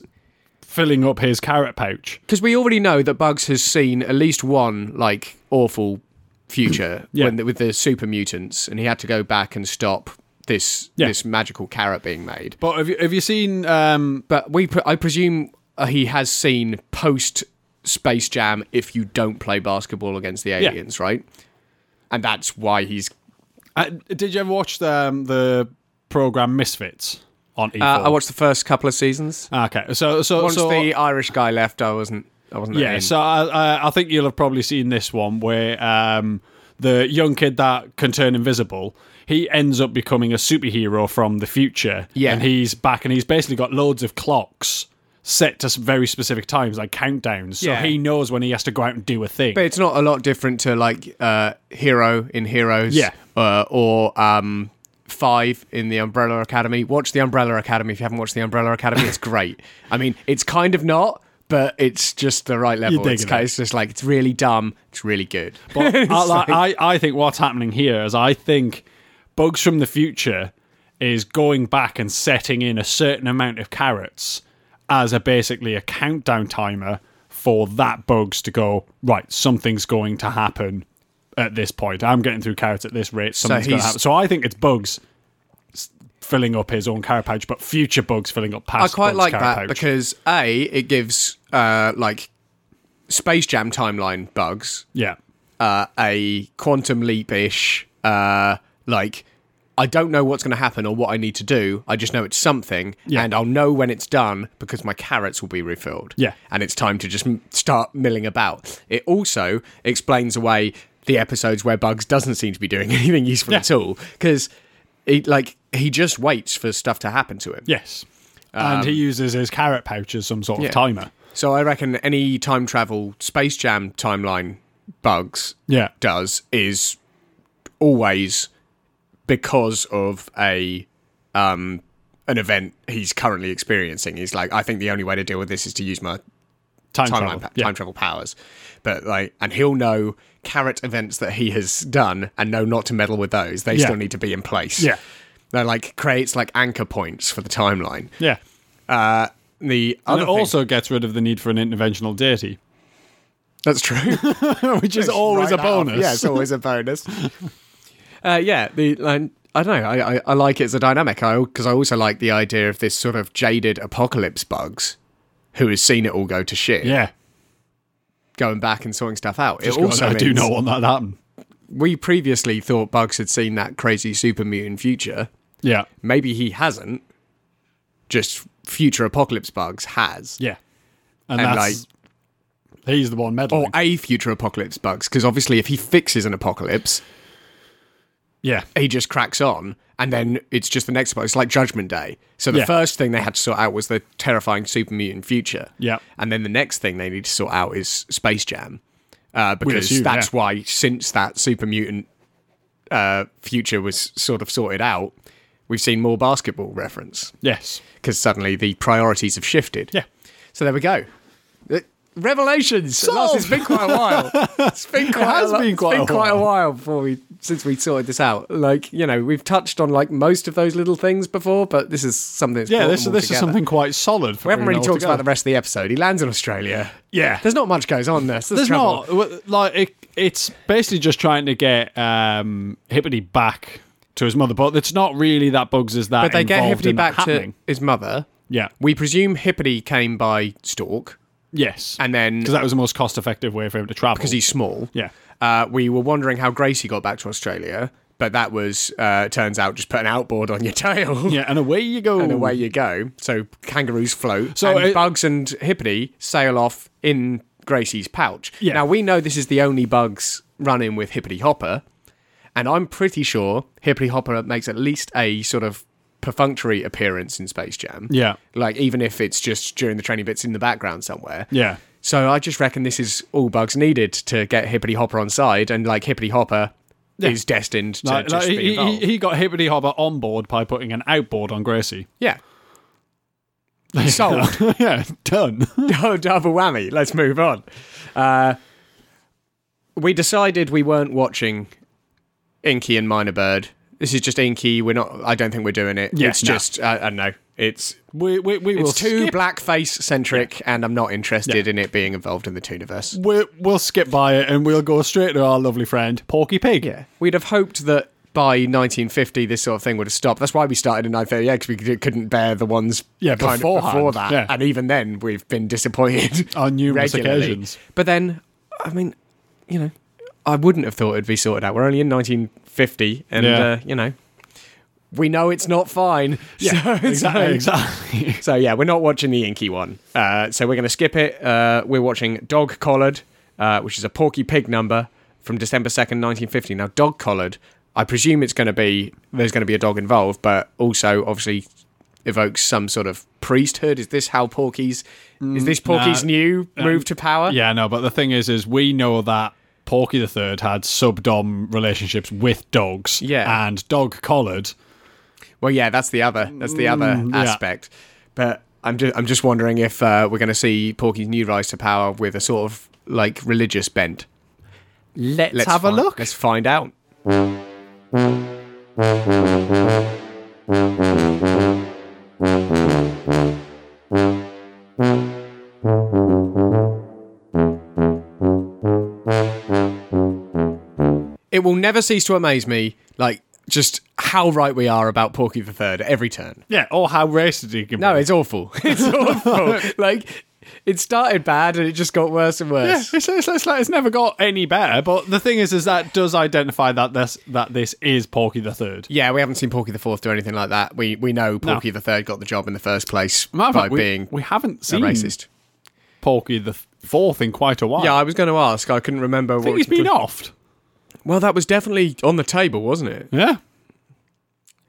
Speaker 3: filling up his carrot pouch.
Speaker 2: Because we already know that Bugs has seen at least one, like, awful future
Speaker 3: Yeah.
Speaker 2: when, with the super mutants, and he had to go back and stop this
Speaker 3: Yeah.
Speaker 2: this magical carrot being made.
Speaker 3: But have you have you seen? Um,
Speaker 2: But we, pre- I presume uh, he has seen post Space Jam if you don't play basketball against the aliens, right? And that's why he's.
Speaker 3: uh, did you ever watch the um, the program Misfits on E4?
Speaker 2: Uh, I watched the first couple of seasons.
Speaker 3: Okay, so so
Speaker 2: Once
Speaker 3: so
Speaker 2: the Irish guy left, I wasn't. I wasn't.
Speaker 3: yeah,
Speaker 2: in.
Speaker 3: so I, I I think you'll have probably seen this one where um, the young kid that can turn invisible. He ends up becoming a superhero from the future,
Speaker 2: Yeah.
Speaker 3: and he's back, and he's basically got loads of clocks set to s- very specific times, like countdowns. So
Speaker 2: Yeah.
Speaker 3: he knows when he has to go out and do a thing.
Speaker 2: But it's not a lot different to like uh, Hero in Heroes,
Speaker 3: Yeah.
Speaker 2: uh, or um, Five in the Umbrella Academy. Watch the Umbrella Academy if you haven't watched the Umbrella Academy. It's great. I mean, it's kind of not, but it's just the right level.
Speaker 3: digging
Speaker 2: It's, ki-
Speaker 3: it.
Speaker 2: it's just like it's really dumb. It's really good.
Speaker 3: But I, like, I, I think what's happening here is I think Bugs from the Future is going back and setting in a certain amount of carrots as a basically a countdown timer for that Bugs to go, right, something's going to happen at this point. I'm getting through carrots at this rate. Something's going
Speaker 2: he's-
Speaker 3: to happen. So I think it's Bugs s- filling up his own carry pouch, but future bugs filling up
Speaker 2: I
Speaker 3: past.
Speaker 2: quite
Speaker 3: Bug's
Speaker 2: like
Speaker 3: carry
Speaker 2: that
Speaker 3: pouch.
Speaker 2: because a it gives uh, like Space Jam timeline bugs
Speaker 3: yeah,
Speaker 2: uh, a quantum leap ish uh, like. I don't know what's going to happen or what I need to do. I just know it's something,
Speaker 3: Yeah.
Speaker 2: and I'll know when it's done because my carrots will be refilled.
Speaker 3: Yeah.
Speaker 2: and it's time to just m- start milling about. It also explains away the episodes where Bugs doesn't seem to be doing anything useful
Speaker 3: Yeah.
Speaker 2: at all because, like, he just waits for stuff to happen to him.
Speaker 3: yes, and he uses his carrot pouch as some sort
Speaker 2: Um, yeah.
Speaker 3: of timer.
Speaker 2: So I reckon any time travel Space Jam timeline bugs
Speaker 3: Yeah,
Speaker 2: does is always because of a um an event he's currently experiencing. He's like, I think the only way to deal with this is to use my
Speaker 3: time
Speaker 2: timeline
Speaker 3: travel.
Speaker 2: pa-
Speaker 3: yeah.
Speaker 2: time travel powers. But like, and he'll know carrot events that he has done and know not to meddle with those. They
Speaker 3: Yeah.
Speaker 2: still need to be in place.
Speaker 3: Yeah.
Speaker 2: They're like creates like anchor points for the timeline.
Speaker 3: yeah,
Speaker 2: The
Speaker 3: and
Speaker 2: other
Speaker 3: it
Speaker 2: thing-
Speaker 3: also gets rid of the need for an interventional deity,
Speaker 2: that's true.
Speaker 3: which is
Speaker 2: It's
Speaker 3: always
Speaker 2: right
Speaker 3: a
Speaker 2: up.
Speaker 3: bonus.
Speaker 2: Yeah, it's always a bonus. uh, yeah, the like, I don't know. I, I, I like it as a dynamic. I because I also like the idea of this sort of jaded apocalypse bugs who has seen it all go to shit,
Speaker 3: yeah.
Speaker 2: going back and sorting stuff out.
Speaker 3: Just
Speaker 2: it
Speaker 3: goes,
Speaker 2: also
Speaker 3: I do
Speaker 2: means-
Speaker 3: not want that to happen.
Speaker 2: we previously thought bugs had seen that crazy super mutant future.
Speaker 3: Yeah,
Speaker 2: Maybe he hasn't. Just future apocalypse bugs has.
Speaker 3: yeah, and,
Speaker 2: And, oh,
Speaker 3: that's he's the one meddling.
Speaker 2: Or a future apocalypse bugs, because obviously, if he fixes an apocalypse,
Speaker 3: yeah,
Speaker 2: he just cracks on and then it's just the next part. It's like Judgment Day. So the
Speaker 3: Yeah.
Speaker 2: first thing they had to sort out was the terrifying super mutant future.
Speaker 3: Yeah.
Speaker 2: And then the next thing they need to sort out is Space Jam. Uh, because
Speaker 3: assume,
Speaker 2: that's
Speaker 3: yeah.
Speaker 2: why since that super mutant uh, future was sort of sorted out, we've seen more basketball reference.
Speaker 3: yes,
Speaker 2: Because suddenly the priorities have shifted.
Speaker 3: yeah.
Speaker 2: So there we go. Uh, Revelations. At last, it's been quite a while. It's been quite.
Speaker 3: has
Speaker 2: a lo-
Speaker 3: been quite
Speaker 2: it's
Speaker 3: a
Speaker 2: been quite a
Speaker 3: while.
Speaker 2: while before we since we sorted this out. Like you know, we've touched on like most of those little things before, but this is something. That's
Speaker 3: Yeah,
Speaker 2: brought
Speaker 3: this
Speaker 2: them all
Speaker 3: this is
Speaker 2: together.
Speaker 3: something quite solid. For
Speaker 2: We haven't really
Speaker 3: bringing it all
Speaker 2: talked about the
Speaker 3: together.
Speaker 2: rest of the episode. He lands in Australia.
Speaker 3: Yeah,
Speaker 2: There's not much goes on there. So
Speaker 3: there's
Speaker 2: that's trouble.
Speaker 3: not well, like it, it's basically just trying to get um, Hippity back to his mother, but it's not really that Bugs is that.
Speaker 2: But they get
Speaker 3: involved
Speaker 2: Hippity
Speaker 3: in that
Speaker 2: back to
Speaker 3: happening.
Speaker 2: his mother.
Speaker 3: yeah,
Speaker 2: We presume Hippity came by stalk,
Speaker 3: yes,
Speaker 2: and then
Speaker 3: because that was the most cost-effective way for him to travel.
Speaker 2: because he's small.
Speaker 3: yeah,
Speaker 2: uh, we were wondering how Gracie got back to Australia, but that was, uh, turns out, just put an outboard on your tail.
Speaker 3: yeah, and away you go.
Speaker 2: And away you go. So kangaroos float.
Speaker 3: So
Speaker 2: So and
Speaker 3: it-
Speaker 2: Bugs and Hippity sail off in Gracie's pouch.
Speaker 3: Yeah.
Speaker 2: Now we know this is the only Bugs running with Hippity Hopper, and I'm pretty sure Hippity Hopper makes at least a sort of perfunctory appearance in Space Jam.
Speaker 3: Yeah.
Speaker 2: Like even if it's just during the training bits in the background somewhere.
Speaker 3: Yeah,
Speaker 2: So I just reckon this is all Bugs needed to get Hippity Hopper on side, and like Hippity Hopper is destined to
Speaker 3: like,
Speaker 2: just
Speaker 3: like,
Speaker 2: be
Speaker 3: he, he,
Speaker 2: involved.
Speaker 3: he got Hippity Hopper on board by putting an outboard on Gracie.
Speaker 2: yeah. Sold.
Speaker 3: yeah, done.
Speaker 2: Oh, double whammy. Let's move on. Uh, we decided we weren't watching Inky and Minor Bird. This is just Inky. We're not. I don't think we're doing it.
Speaker 3: Yeah,
Speaker 2: it's
Speaker 3: no.
Speaker 2: just. I, I don't know. It's
Speaker 3: we we, we will
Speaker 2: it's too
Speaker 3: skip.
Speaker 2: blackface centric, and I'm not interested in it being involved in the Tooniverse.
Speaker 3: we we'll skip by it and we'll go straight to our lovely friend Porky Pig.
Speaker 2: Yeah. We'd have hoped that by 1950 this sort of thing would have stopped. That's why we started in 1938 because we could- couldn't bear the ones
Speaker 3: Yeah,
Speaker 2: kind of
Speaker 3: beforehand.
Speaker 2: before that.
Speaker 3: Yeah. Oh,
Speaker 2: And even then we've been disappointed
Speaker 3: On numerous
Speaker 2: regularly.
Speaker 3: occasions.
Speaker 2: But then I mean, you know, I wouldn't have thought it'd be sorted out. We're only in 1950 and
Speaker 3: Yeah.
Speaker 2: uh, you know, we know it's not fine.
Speaker 3: Yeah,
Speaker 2: so,
Speaker 3: exactly,
Speaker 2: so-
Speaker 3: exactly.
Speaker 2: so yeah, we're not watching the inky one. Uh, so we're going to skip it. Uh, we're watching Dog Collared, uh, which is a Porky Pig number from December second, nineteen fifty. Now, Dog Collared, I presume it's going to be there's going to be a dog involved, but also obviously evokes some sort of priesthood. Is this how Porky's? Is this Porky's
Speaker 3: nah.
Speaker 2: new move to power?
Speaker 3: Yeah, no, but the thing is, is we know that Porky the Third had sub-dom relationships with dogs.
Speaker 2: Yeah.
Speaker 3: And dog collared.
Speaker 2: Well, yeah, that's the other. That's the other
Speaker 3: Mm, yeah.
Speaker 2: aspect. But I'm just I'm just wondering if uh, we're going to see Porky's new rise to power with a sort of like religious bent.
Speaker 3: Let's,
Speaker 2: fi- Let's find out. It will never cease to amaze me, like just how right we are about Porky the Third at every turn.
Speaker 3: Yeah, or how racist he can
Speaker 2: No,
Speaker 3: be.
Speaker 2: it's awful. It's awful. like it started bad and it just got worse and
Speaker 3: Yeah,
Speaker 2: worse.
Speaker 3: it's, it's, it's like it's never got any better. But the thing is, is that does identify that this that this is Porky the Third.
Speaker 2: Yeah, we haven't seen Porky the Fourth do anything like that. We we know Porky the Third got the job in the first place
Speaker 3: Matter of
Speaker 2: by
Speaker 3: fact, we,
Speaker 2: being
Speaker 3: we haven't
Speaker 2: a
Speaker 3: seen
Speaker 2: racist.
Speaker 3: Porky the Fourth in quite a while.
Speaker 2: Yeah, I was going to ask. I couldn't remember.
Speaker 3: I think he's been offed.
Speaker 2: Well, that was definitely on the table, wasn't it?
Speaker 3: Yeah.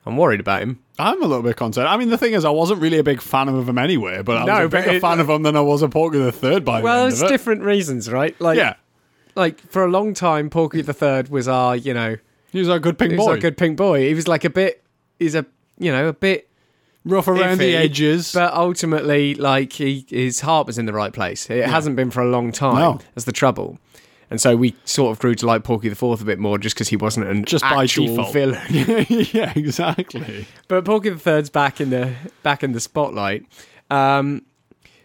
Speaker 2: I'm worried about him.
Speaker 3: I'm a little bit concerned. I mean, the thing is, I wasn't really a big fan of him anyway, but I was
Speaker 2: No,
Speaker 3: a
Speaker 2: but
Speaker 3: bigger
Speaker 2: it-
Speaker 3: fan of him than I was of Porky the Third by the
Speaker 2: Well,
Speaker 3: end
Speaker 2: it's
Speaker 3: of it.
Speaker 2: different reasons, right? Like,
Speaker 3: Yeah,
Speaker 2: like for a long time, Porky the Third was our, you know,
Speaker 3: he was a good pink
Speaker 2: he was
Speaker 3: boy.
Speaker 2: our good pink boy. He was like a bit, he's a, you know, a bit
Speaker 3: rough around the
Speaker 2: iffy,
Speaker 3: edges.
Speaker 2: But ultimately, like he, his heart was in the right place. It hasn't been for a long time.
Speaker 3: No.
Speaker 2: That's the trouble. And so we sort of grew to like Porky the Fourth a bit more, just because he wasn't an
Speaker 3: Just by
Speaker 2: actual
Speaker 3: default.
Speaker 2: villain.
Speaker 3: yeah, exactly.
Speaker 2: But Porky the Third's back in the back in the spotlight. Um,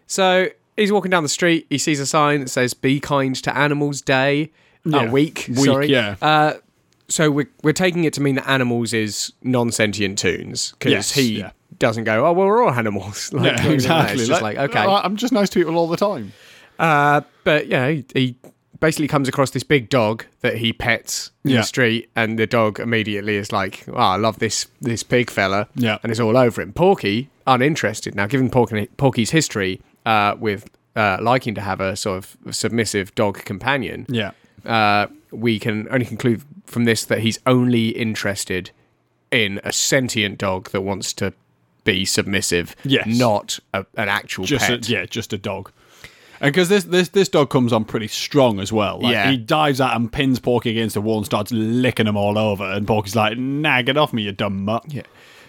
Speaker 2: so he's walking down the street. He sees a sign that says "Be Kind to Animals Day."
Speaker 3: Yeah.
Speaker 2: A week,
Speaker 3: Week,
Speaker 2: sorry.
Speaker 3: yeah.
Speaker 2: Uh, so we're we're taking it to mean that animals is non-sentient tunes because
Speaker 3: Yes,
Speaker 2: he
Speaker 3: yeah.
Speaker 2: doesn't go. Oh, well, we're all animals. Like,
Speaker 3: yeah, exactly.
Speaker 2: It's just like okay.
Speaker 3: I- I'm just nice to people all the time.
Speaker 2: Uh, but yeah, he, he basically comes across this big dog that he pets in
Speaker 3: Yeah.
Speaker 2: the street, and the dog immediately is like, "Oh, I love this this pig fella,"
Speaker 3: Yeah.
Speaker 2: and is all over him. Porky, uninterested now, given Porky, Porky's history uh, with uh, liking to have a sort of submissive dog companion,
Speaker 3: Yeah.
Speaker 2: uh, we can only conclude from this that he's only interested in a sentient dog that wants to be submissive,
Speaker 3: Yes.
Speaker 2: not a, an actual
Speaker 3: just a,
Speaker 2: pet.
Speaker 3: yeah, just a dog. And because this, this this dog comes on pretty strong as well. Like,
Speaker 2: Yeah.
Speaker 3: he dives out and pins Porky against the wall and starts licking him all over. And Porky's like, "Nah, get off me, you dumb mutt."
Speaker 2: Yeah.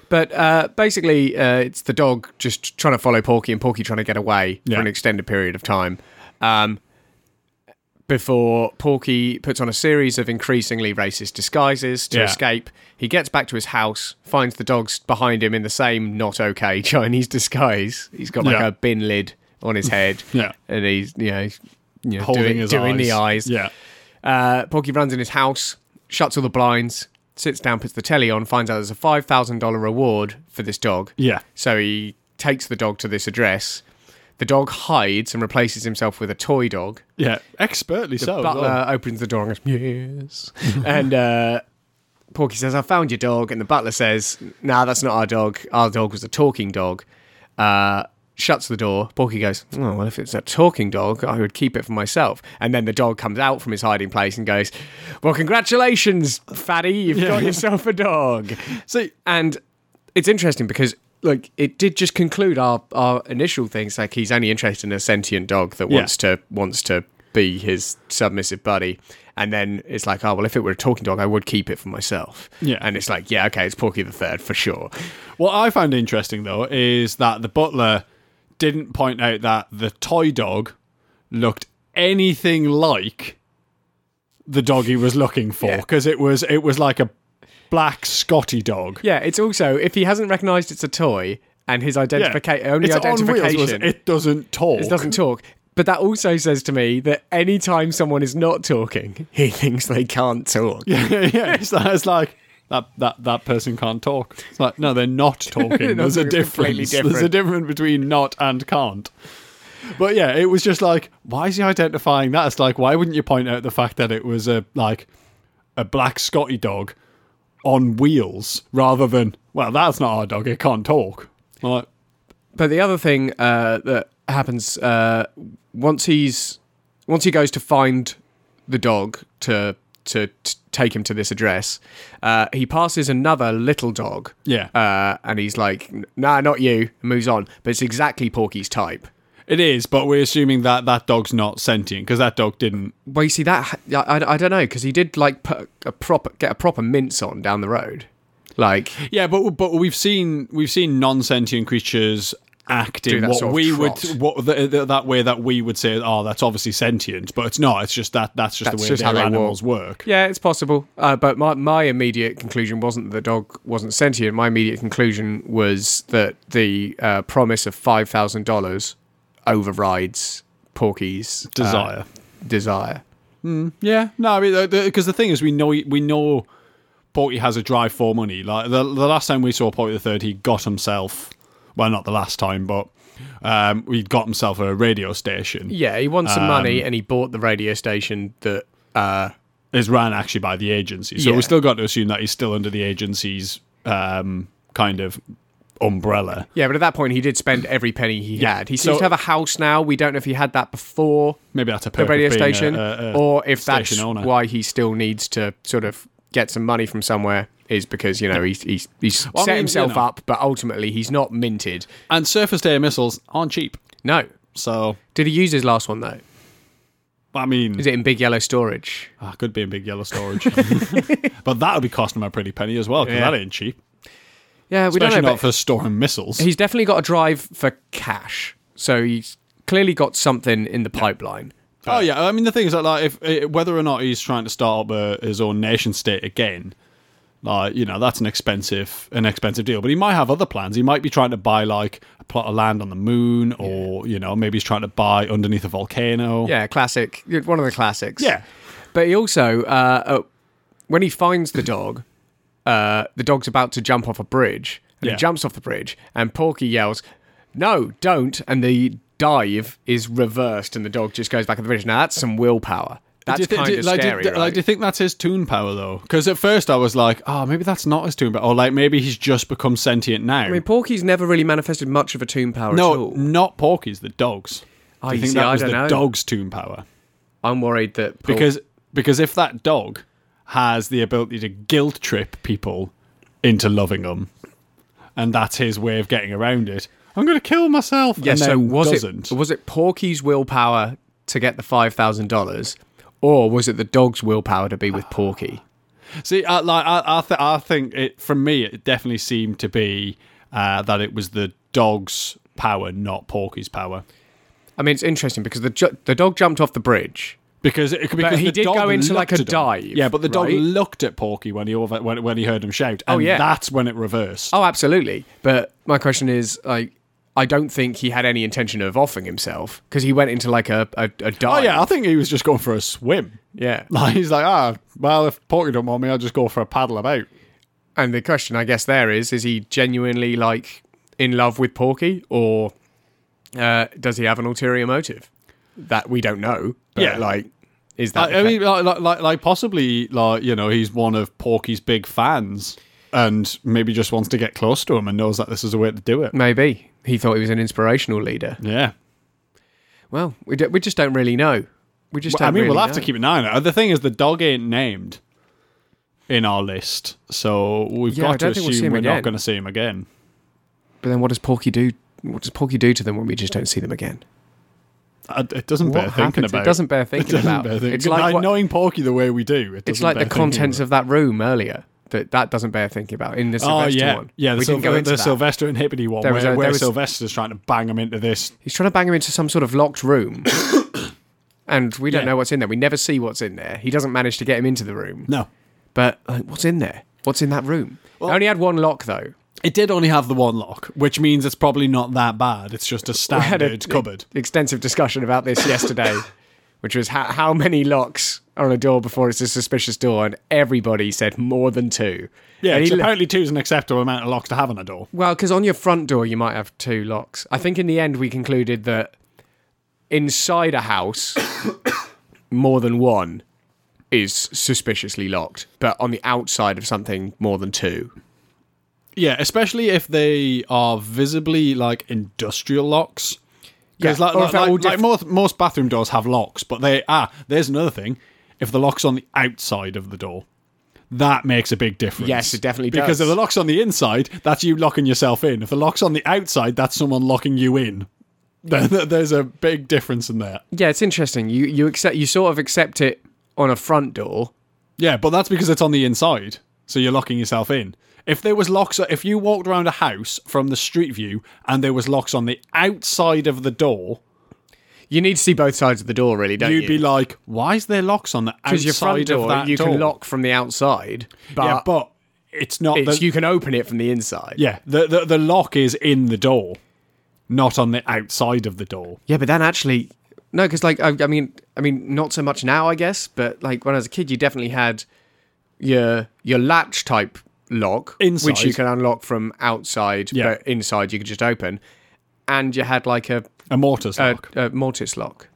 Speaker 2: But uh, basically, uh, it's the dog just trying to follow Porky and Porky trying to get away
Speaker 3: Yeah.
Speaker 2: for an extended period of time. Um, before Porky puts on a series of increasingly racist disguises to
Speaker 3: Yeah.
Speaker 2: escape, he gets back to his house, finds the dogs behind him in the same not okay Chinese disguise. He's got like
Speaker 3: Yeah.
Speaker 2: a bin lid on his head,
Speaker 3: Yeah.
Speaker 2: and he's you know, he's, you know
Speaker 3: Holding
Speaker 2: doing,
Speaker 3: his
Speaker 2: doing
Speaker 3: eyes.
Speaker 2: the eyes.
Speaker 3: Yeah.
Speaker 2: Uh, Porky runs in his house, shuts all the blinds, sits down, puts the telly on, finds out there's a five thousand dollar reward for this dog.
Speaker 3: Yeah.
Speaker 2: So he takes the dog to this address. The dog hides and replaces himself with a toy dog.
Speaker 3: Yeah. Expertly so. as
Speaker 2: Butler
Speaker 3: well.
Speaker 2: opens the door and goes, "Yes," and uh, Porky says, "I found your dog." And the butler says, "Nah, that's not our dog. Our dog was a talking dog." Uh, shuts the door. Porky goes, "Oh well, if it's a talking dog, I would keep it for myself." And then the dog comes out from his hiding place and goes, "Well, congratulations, fatty, you've got yourself a dog."
Speaker 3: See,
Speaker 2: and it's interesting because like it did just conclude our our initial things like he's only interested in a sentient dog that
Speaker 3: Yeah.
Speaker 2: wants to wants to be his submissive buddy and then it's like oh well if it were a talking dog i would keep it for myself
Speaker 3: Yeah.
Speaker 2: and it's like yeah okay it's porky the third for sure
Speaker 3: What I found interesting though is that the butler didn't point out that the toy dog looked anything like the dog he was looking for
Speaker 2: Yeah.
Speaker 3: because it was it was like a black Scotty dog.
Speaker 2: yeah it's also if he hasn't recognized it's a toy and his
Speaker 3: Yeah.
Speaker 2: identification only
Speaker 3: It's on wheels,
Speaker 2: identification
Speaker 3: was it? it doesn't talk.
Speaker 2: It doesn't talk. But that also says to me that anytime someone is not talking, he thinks they can't talk.
Speaker 3: yeah, yeah. It's like, it's like that, that that person can't talk. It's like no, they're not talking. There's a
Speaker 2: They're completely
Speaker 3: difference. There's a
Speaker 2: different.
Speaker 3: difference between not and can't. But yeah, it was just like, why is he identifying that? It's like, why wouldn't you point out the fact that it was a like a black Scotty dog on wheels rather than well, that's not our dog. It can't talk. I'm like,
Speaker 2: But the other thing uh, that happens uh, once he's once he goes to find the dog to to, t take him to this address, uh, he passes another little dog,
Speaker 3: yeah,
Speaker 2: uh, and he's like, "Nah, not you," and moves on. But it's exactly Porky's type.
Speaker 3: it is. But we're assuming that that dog's not sentient because that dog didn't.
Speaker 2: Well, you see that I, I, I don't know because he did like put a proper get a proper mince on down the road, like
Speaker 3: Yeah, but but we've seen we've seen non sentient creatures act
Speaker 2: Do
Speaker 3: in
Speaker 2: that
Speaker 3: what
Speaker 2: sort of
Speaker 3: we
Speaker 2: trot.
Speaker 3: would what th th that way that we would say oh that's obviously sentient, but it's not. It's just that that's just
Speaker 2: That's
Speaker 3: the way
Speaker 2: just
Speaker 3: their
Speaker 2: how they
Speaker 3: animals work.
Speaker 2: Yeah, it's possible. Uh, but my, my immediate conclusion wasn't that the dog wasn't sentient. My immediate conclusion was that the uh, promise of five thousand dollars overrides Porky's uh,
Speaker 3: Desire.
Speaker 2: desire.
Speaker 3: yeah, no, I mean because the, thing is we know we know Porky has a drive for money. Like the, the last time we saw Porky the Third, he got himself. Well, not the last time, but um, he got himself a radio station.
Speaker 2: Yeah, he won some money
Speaker 3: Um,
Speaker 2: and he bought the radio station that. Uh,
Speaker 3: is run actually by the agency. So
Speaker 2: Yeah.
Speaker 3: we still got to assume that he's still under the agency's um, kind of umbrella.
Speaker 2: yeah, but at that point he did spend every penny he had. He seems
Speaker 3: So-
Speaker 2: to have a house now. We don't know if he had that before
Speaker 3: Maybe that's a
Speaker 2: the
Speaker 3: perk
Speaker 2: radio
Speaker 3: of being a-
Speaker 2: station,
Speaker 3: a- a
Speaker 2: or if that's
Speaker 3: station owner.
Speaker 2: why he still needs to sort of get some money from somewhere. Is because you know he's he's, he's
Speaker 3: Well, I
Speaker 2: set
Speaker 3: mean, you
Speaker 2: himself
Speaker 3: know.
Speaker 2: up, but ultimately he's not minted.
Speaker 3: and surface area missiles aren't cheap.
Speaker 2: No,
Speaker 3: So
Speaker 2: did he use his last one though?
Speaker 3: I mean,
Speaker 2: Is it in big yellow storage?
Speaker 3: I could be in big yellow storage, but that would be costing him a pretty penny as well because
Speaker 2: Yeah.
Speaker 3: that ain't cheap.
Speaker 2: Yeah, we
Speaker 3: Especially
Speaker 2: don't know.
Speaker 3: not
Speaker 2: but
Speaker 3: for storing missiles.
Speaker 2: he's definitely got a drive for cash, so he's clearly got something in the pipeline.
Speaker 3: Oh yeah, I mean the thing is that like if eh, whether or not he's trying to start up uh, his own nation state again, like you know that's an expensive an expensive deal. But he might have other plans. He might be trying to buy like a plot of land on the moon, or you know maybe he's trying to buy underneath a volcano.
Speaker 2: Yeah, classic. One of the classics.
Speaker 3: Yeah.
Speaker 2: But he also, uh, uh, when he finds the dog, uh, the dog's about to jump off a bridge, and
Speaker 3: Yeah.
Speaker 2: he jumps off the bridge, and Porky yells, "No, don't!" And the dive is reversed, and the dog just goes back at the bridge. Now that's some willpower.
Speaker 3: Do
Speaker 2: That's
Speaker 3: you thi-
Speaker 2: kind
Speaker 3: do-
Speaker 2: of
Speaker 3: like, do-
Speaker 2: scary.
Speaker 3: do-
Speaker 2: right?
Speaker 3: Like, do you think that's his tune power though? Because at first I was like, oh, maybe that's not his tune power, or like maybe he's just become sentient now.
Speaker 2: I mean, Porky's never really manifested much of a toon power at
Speaker 3: no,
Speaker 2: all.
Speaker 3: not Porky's, the dogs.
Speaker 2: Oh,
Speaker 3: do you
Speaker 2: you
Speaker 3: think
Speaker 2: see,
Speaker 3: that
Speaker 2: I
Speaker 3: was
Speaker 2: don't
Speaker 3: the
Speaker 2: know.
Speaker 3: dog's tune power?
Speaker 2: I'm worried that Por-
Speaker 3: because because if that dog has the ability to guilt trip people into loving them, and that's his way of getting around it, I'm going to kill myself.
Speaker 2: Yeah,
Speaker 3: and
Speaker 2: so
Speaker 3: then
Speaker 2: was
Speaker 3: doesn't.
Speaker 2: it was it Porky's willpower to get the five thousand dollars, or was it the dog's willpower to be with Porky?
Speaker 3: See, I, like I, I, th- I think it from me, it definitely seemed to be uh, that it was the dog's power, not Porky's power.
Speaker 2: I mean, it's interesting because the ju- the dog jumped off the bridge.
Speaker 3: Because, it, because
Speaker 2: he
Speaker 3: the
Speaker 2: did
Speaker 3: dog
Speaker 2: go into,
Speaker 3: looked
Speaker 2: like, a
Speaker 3: at him.
Speaker 2: dive,
Speaker 3: Yeah, but the dog
Speaker 2: right?
Speaker 3: looked at Porky when he over, when, when he heard him shout. And
Speaker 2: Oh, yeah.
Speaker 3: that's when it reversed.
Speaker 2: Oh, absolutely. But my question is, like, I don't think he had any intention of offing himself because he went into like a a, a
Speaker 3: oh
Speaker 2: dive.
Speaker 3: yeah, I think he was just going for a swim.
Speaker 2: yeah.
Speaker 3: Like he's like, ah, well, if Porky don't want me, I'll just go for a paddle about.
Speaker 2: And the question, I guess, there is: is he genuinely like in love with Porky, or uh, does he have an ulterior motive that we don't know? But,
Speaker 3: Yeah.
Speaker 2: like, is that?
Speaker 3: I, I
Speaker 2: the
Speaker 3: mean, like, like- like, like possibly, like you know, he's one of Porky's big fans, and maybe just wants to get close to him and knows that this is a way to do it.
Speaker 2: Maybe he thought he was an inspirational leader.
Speaker 3: Yeah,
Speaker 2: Well, we, d- we just don't really know. We just
Speaker 3: Well,
Speaker 2: don't.
Speaker 3: I mean,
Speaker 2: really
Speaker 3: we'll have
Speaker 2: know.
Speaker 3: to keep an eye on it. The thing is, the dog ain't named in our list, so we've
Speaker 2: Yeah, I
Speaker 3: got to
Speaker 2: don't think we'll see
Speaker 3: assume
Speaker 2: him
Speaker 3: we're not
Speaker 2: again.
Speaker 3: going to see him again.
Speaker 2: But then, what does Porky do? What does Porky do to them when we just don't see them again?
Speaker 3: I- Uh, It doesn't
Speaker 2: What
Speaker 3: bear thinking
Speaker 2: happens?
Speaker 3: about.
Speaker 2: It doesn't bear thinking
Speaker 3: doesn't
Speaker 2: about.
Speaker 3: bear thinking.
Speaker 2: It's like what-
Speaker 3: knowing Porky the way we do. It
Speaker 2: it's
Speaker 3: doesn't
Speaker 2: like the
Speaker 3: bear thinking about
Speaker 2: contents
Speaker 3: it.
Speaker 2: of that room earlier. That that doesn't bear thinking about in the Sylvester
Speaker 3: Oh, yeah,
Speaker 2: one.
Speaker 3: yeah. The,
Speaker 2: we
Speaker 3: Sylv-
Speaker 2: didn't go into
Speaker 3: the
Speaker 2: that.
Speaker 3: Sylvester and Hippity one,
Speaker 2: There
Speaker 3: where,
Speaker 2: was a-
Speaker 3: where
Speaker 2: there was-
Speaker 3: Sylvester's trying to bang him into this.
Speaker 2: He's trying to bang him into some sort of locked room, and we don't
Speaker 3: Yeah.
Speaker 2: know what's in there. We never see what's in there. He doesn't manage to get him into the room.
Speaker 3: No,
Speaker 2: But like, what's in there? What's in that room? I only had one lock though.
Speaker 3: it did only have the one lock, which means it's probably not that bad. It's just a
Speaker 2: We had
Speaker 3: standard
Speaker 2: a- e-,
Speaker 3: cupboard.
Speaker 2: extensive discussion about this yesterday, which was how, how many locks are on a door before it's a suspicious door, and everybody said more than two.
Speaker 3: Yeah,
Speaker 2: And
Speaker 3: it's
Speaker 2: he lo-
Speaker 3: apparently two is an acceptable amount of locks to have on a door.
Speaker 2: well, because on your front door you might have two locks. I think in the end we concluded that inside a house, more than one is suspiciously locked, but on the outside of something, more than two.
Speaker 3: Yeah, especially if they are visibly like industrial locks. Because
Speaker 2: Yeah,
Speaker 3: like,
Speaker 2: or
Speaker 3: like,
Speaker 2: if they're
Speaker 3: like-
Speaker 2: all
Speaker 3: like
Speaker 2: diff-
Speaker 3: most, most bathroom doors have locks, but they ah, there's another thing. If the lock's on the outside of the door, that makes a big difference.
Speaker 2: Yes, it definitely does.
Speaker 3: Because if the lock's on the inside, that's you locking yourself in. If the lock's on the outside, that's someone locking you in. There- there- There's a big difference in that.
Speaker 2: Yeah, it's interesting. You you accept you sort of accept it on a front door,
Speaker 3: Yeah, but that's because it's on the inside, so you're locking yourself in. If there was locks, if you walked around a house from the street view and there was locks on the outside of the door,
Speaker 2: You need to see both sides of the door, really, don't you
Speaker 3: you'd be like, "Why is there locks on the outside
Speaker 2: because your front
Speaker 3: of
Speaker 2: door
Speaker 3: that
Speaker 2: you
Speaker 3: door?"
Speaker 2: can lock from the outside, but,
Speaker 3: yeah, but it's not.
Speaker 2: it's,
Speaker 3: the,
Speaker 2: you can open it from the inside.
Speaker 3: yeah, the, the the lock is in the door, not on the outside of the door.
Speaker 2: Yeah, but then actually, no, because like I, I mean, I mean, not so much now, I guess, but like when I was a kid, you definitely had your your latch type lock, which you
Speaker 3: Inside.
Speaker 2: can unlock from outside,
Speaker 3: Yeah.
Speaker 2: but inside you could just open, and you had like a
Speaker 3: A mortise
Speaker 2: a,
Speaker 3: lock.
Speaker 2: a mortise lock.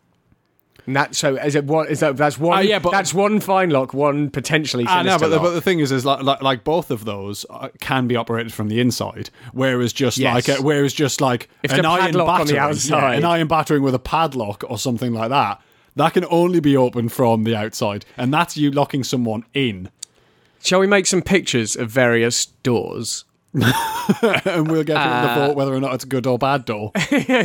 Speaker 2: And that so is it what is that that's one
Speaker 3: Ah, yeah, but-
Speaker 2: that's one fine lock, one potentially
Speaker 3: I
Speaker 2: sinister
Speaker 3: know, ah, but the,
Speaker 2: lock.
Speaker 3: but the thing is, is like, like like both of those uh, can be operated from the inside, whereas just
Speaker 2: Yes.
Speaker 3: like a, whereas just like
Speaker 2: If
Speaker 3: an
Speaker 2: the
Speaker 3: iron
Speaker 2: padlock
Speaker 3: battering,
Speaker 2: on the
Speaker 3: yeah,
Speaker 2: outside.
Speaker 3: an iron battering with a padlock or something like that, that can only be opened from the outside, and that's you locking someone in,
Speaker 2: Shall we make some pictures of various doors?
Speaker 3: and we'll get to the vote whether or not it's Uh, a good or bad door,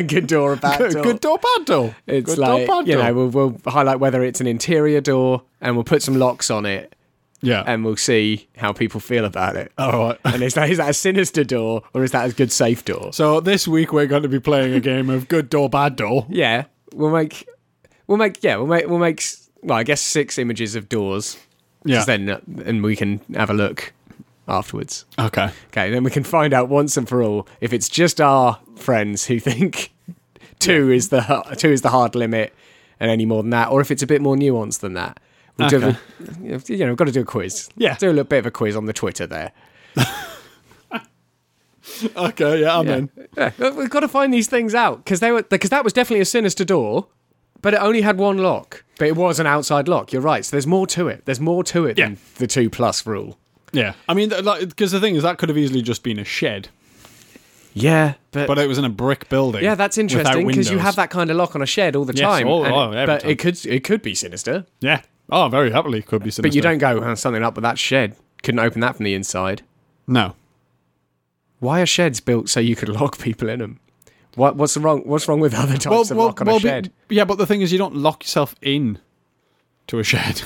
Speaker 2: good door, a bad door.
Speaker 3: good door, bad door.
Speaker 2: It's
Speaker 3: good
Speaker 2: like
Speaker 3: door, bad
Speaker 2: you
Speaker 3: door.
Speaker 2: know we'll, we'll highlight whether it's an interior door, and we'll put some locks on it,
Speaker 3: yeah.
Speaker 2: and we'll see how people feel about it.
Speaker 3: All right.
Speaker 2: And is that is that a sinister door or is that a good safe door?
Speaker 3: So this week we're going to be playing a game of good door, bad door.
Speaker 2: Yeah, we'll make we'll make yeah we'll make we'll make s- well I guess six images of doors. 'cause
Speaker 3: Yeah.
Speaker 2: Then uh, and we can have a look afterwards.
Speaker 3: Okay.
Speaker 2: Okay, then we can find out once and for all if it's just our friends who think two is the ha- two is the hard limit and any more than that, or if it's a bit more nuanced than that. We'll do
Speaker 3: Okay.
Speaker 2: a- you know, we've got to do a quiz.
Speaker 3: Yeah.
Speaker 2: do a little bit of a quiz on the Twitter there.
Speaker 3: Okay. Yeah. I'm
Speaker 2: Yeah.
Speaker 3: in.
Speaker 2: Yeah, but We've got to find these things out because they were because that was definitely a sinister door, but it only had one lock. But it was an outside lock. You're right. So there's more to it. There's more to it
Speaker 3: Yeah.
Speaker 2: than the two plus rule.
Speaker 3: Yeah. I mean, th- like, because the thing is, that could have easily just been a shed.
Speaker 2: Yeah, but,
Speaker 3: But it was in a brick building.
Speaker 2: yeah, that's
Speaker 3: without
Speaker 2: interesting because you
Speaker 3: windows.
Speaker 2: have that kind of lock on a shed all the
Speaker 3: Yes,
Speaker 2: time.
Speaker 3: all-
Speaker 2: and-
Speaker 3: oh, every
Speaker 2: but
Speaker 3: time.
Speaker 2: it could it could be sinister.
Speaker 3: Yeah. Oh, very happily could be.
Speaker 2: But
Speaker 3: Sinister.
Speaker 2: you don't go oh, something up with that shed. Couldn't open that from the inside.
Speaker 3: No.
Speaker 2: Why are sheds built so you could lock people in them? What, what's wrong? What's wrong with other types of lock on a
Speaker 3: be-
Speaker 2: shed?
Speaker 3: yeah, but the thing is, you don't lock yourself in to a shed.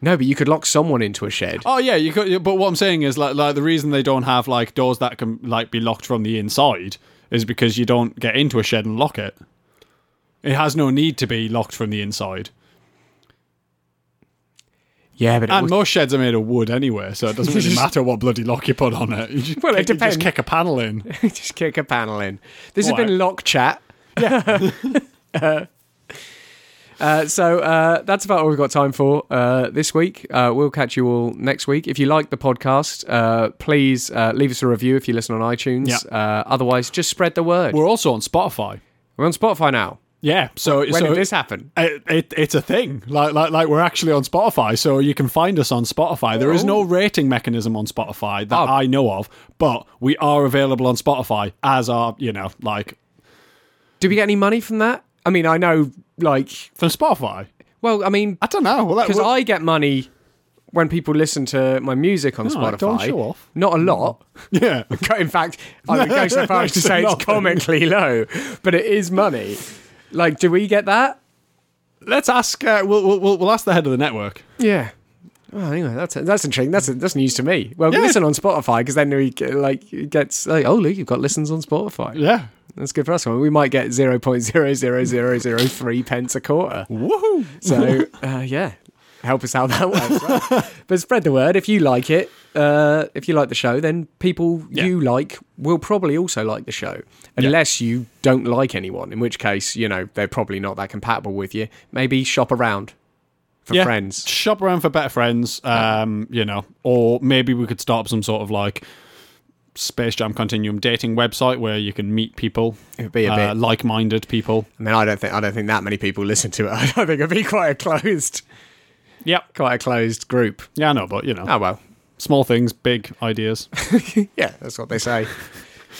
Speaker 2: no, but you could lock someone into a shed.
Speaker 3: Oh yeah, you could. But what I'm saying is, like, like the reason they don't have like doors that can like be locked from the inside is because you don't get into a shed and lock it. It has no need to be locked from the inside.
Speaker 2: Yeah, but it
Speaker 3: And
Speaker 2: was-
Speaker 3: most sheds are made of wood anyway, so it doesn't really matter what bloody lock you put on it. You just,
Speaker 2: Well, it
Speaker 3: kick- you
Speaker 2: depends.
Speaker 3: Just kick a panel in.
Speaker 2: just kick a panel in. This
Speaker 3: All
Speaker 2: has been
Speaker 3: right.
Speaker 2: Lock Chat. Yeah. uh, so uh, that's about all we've got time for uh, this week. Uh, we'll catch you all next week. If you like the podcast, uh, please uh, leave us a review if you listen on iTunes.
Speaker 3: Yeah.
Speaker 2: Uh, otherwise, just spread the word.
Speaker 3: We're also on Spotify.
Speaker 2: We're on Spotify now.
Speaker 3: Yeah. So
Speaker 2: When
Speaker 3: so
Speaker 2: did this happen?
Speaker 3: It, it, it's a thing. Like, like like we're actually on Spotify, so you can find us on Spotify. There is no rating mechanism on Spotify that
Speaker 2: Oh.
Speaker 3: I know of, but we are available on Spotify as are you know like
Speaker 2: Did we get any money from that? I mean, I know, like,
Speaker 3: from Spotify.
Speaker 2: well, I mean,
Speaker 3: I don't know. Well, that,
Speaker 2: because
Speaker 3: Uh, well,
Speaker 2: I get money when people listen to my music on
Speaker 3: right,
Speaker 2: Spotify.
Speaker 3: don't show off.
Speaker 2: Not a lot.
Speaker 3: yeah.
Speaker 2: In fact, I would go so far as to say it's
Speaker 3: Nothing.
Speaker 2: comically low, but it is money. Like, do we get that?
Speaker 3: Let's ask. Uh, we'll, we'll- we'll we'll ask the head of the network.
Speaker 2: Yeah. Well, anyway, that's that's intriguing. That's that's news to me. Well,
Speaker 3: Yeah.
Speaker 2: listen on Spotify because then we get, like it gets like, oh, look, you've got listens on Spotify.
Speaker 3: Yeah.
Speaker 2: That's good for us. Well, we might get zero point zero zero zero zero three pence a quarter.
Speaker 3: Woohoo!
Speaker 2: So uh, yeah, help us out that way. as well. but spread the word if you like it. Uh, if you like the show, then people
Speaker 3: Yeah.
Speaker 2: you like will probably also like the show, unless you don't like anyone. In which case, you know they're probably not that compatible with you. Maybe shop around for
Speaker 3: Yeah.
Speaker 2: friends.
Speaker 3: Shop around for better friends. Um, you know, or maybe we could start up some sort of like. Space Jam Continuum dating website where you can meet people,
Speaker 2: It'd be a
Speaker 3: uh,
Speaker 2: bit.
Speaker 3: like-minded people.
Speaker 2: I mean, I don't think I don't think that many people listen to it. I think it'd be quite a closed,
Speaker 3: Yep.
Speaker 2: quite a closed group.
Speaker 3: Yeah, I know, but you know,
Speaker 2: Oh well,
Speaker 3: small things, big ideas.
Speaker 2: yeah, that's what they say.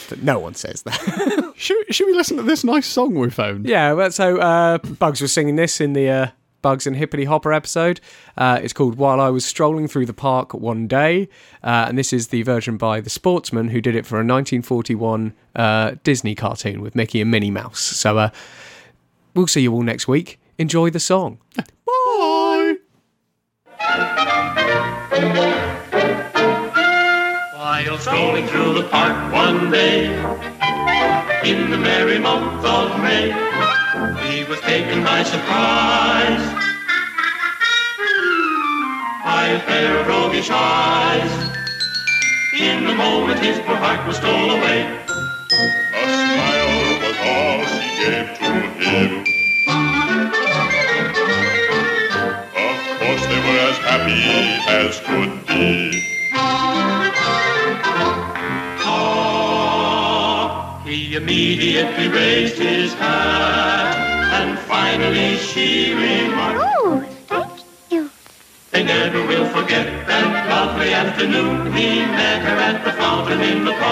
Speaker 2: But no one says that.
Speaker 3: should, should we listen to this nice song we found?
Speaker 2: Yeah, well, so uh, Bugs was singing this in the uh, Bugs and Hippity Hopper episode. Uh, it's called While I Was Strolling Through the Park One Day, uh, and this is the version by The Sportsman, who did it for a 1941 uh, Disney cartoon with Mickey and Minnie Mouse. So uh, we'll see you all next week. Enjoy the song.
Speaker 3: Bye.
Speaker 4: While strolling through the park one day, in the merry month of May, he was taken by surprise by a pair of roguish eyes. In a moment his poor heart was stole away.
Speaker 5: A smile was all she gave to him. Of course they were as happy as could be.
Speaker 4: He immediately raised his hat, and finally she remarked,
Speaker 6: Oh, thank you.
Speaker 4: They never will forget that lovely afternoon he met her at the fountain in the park.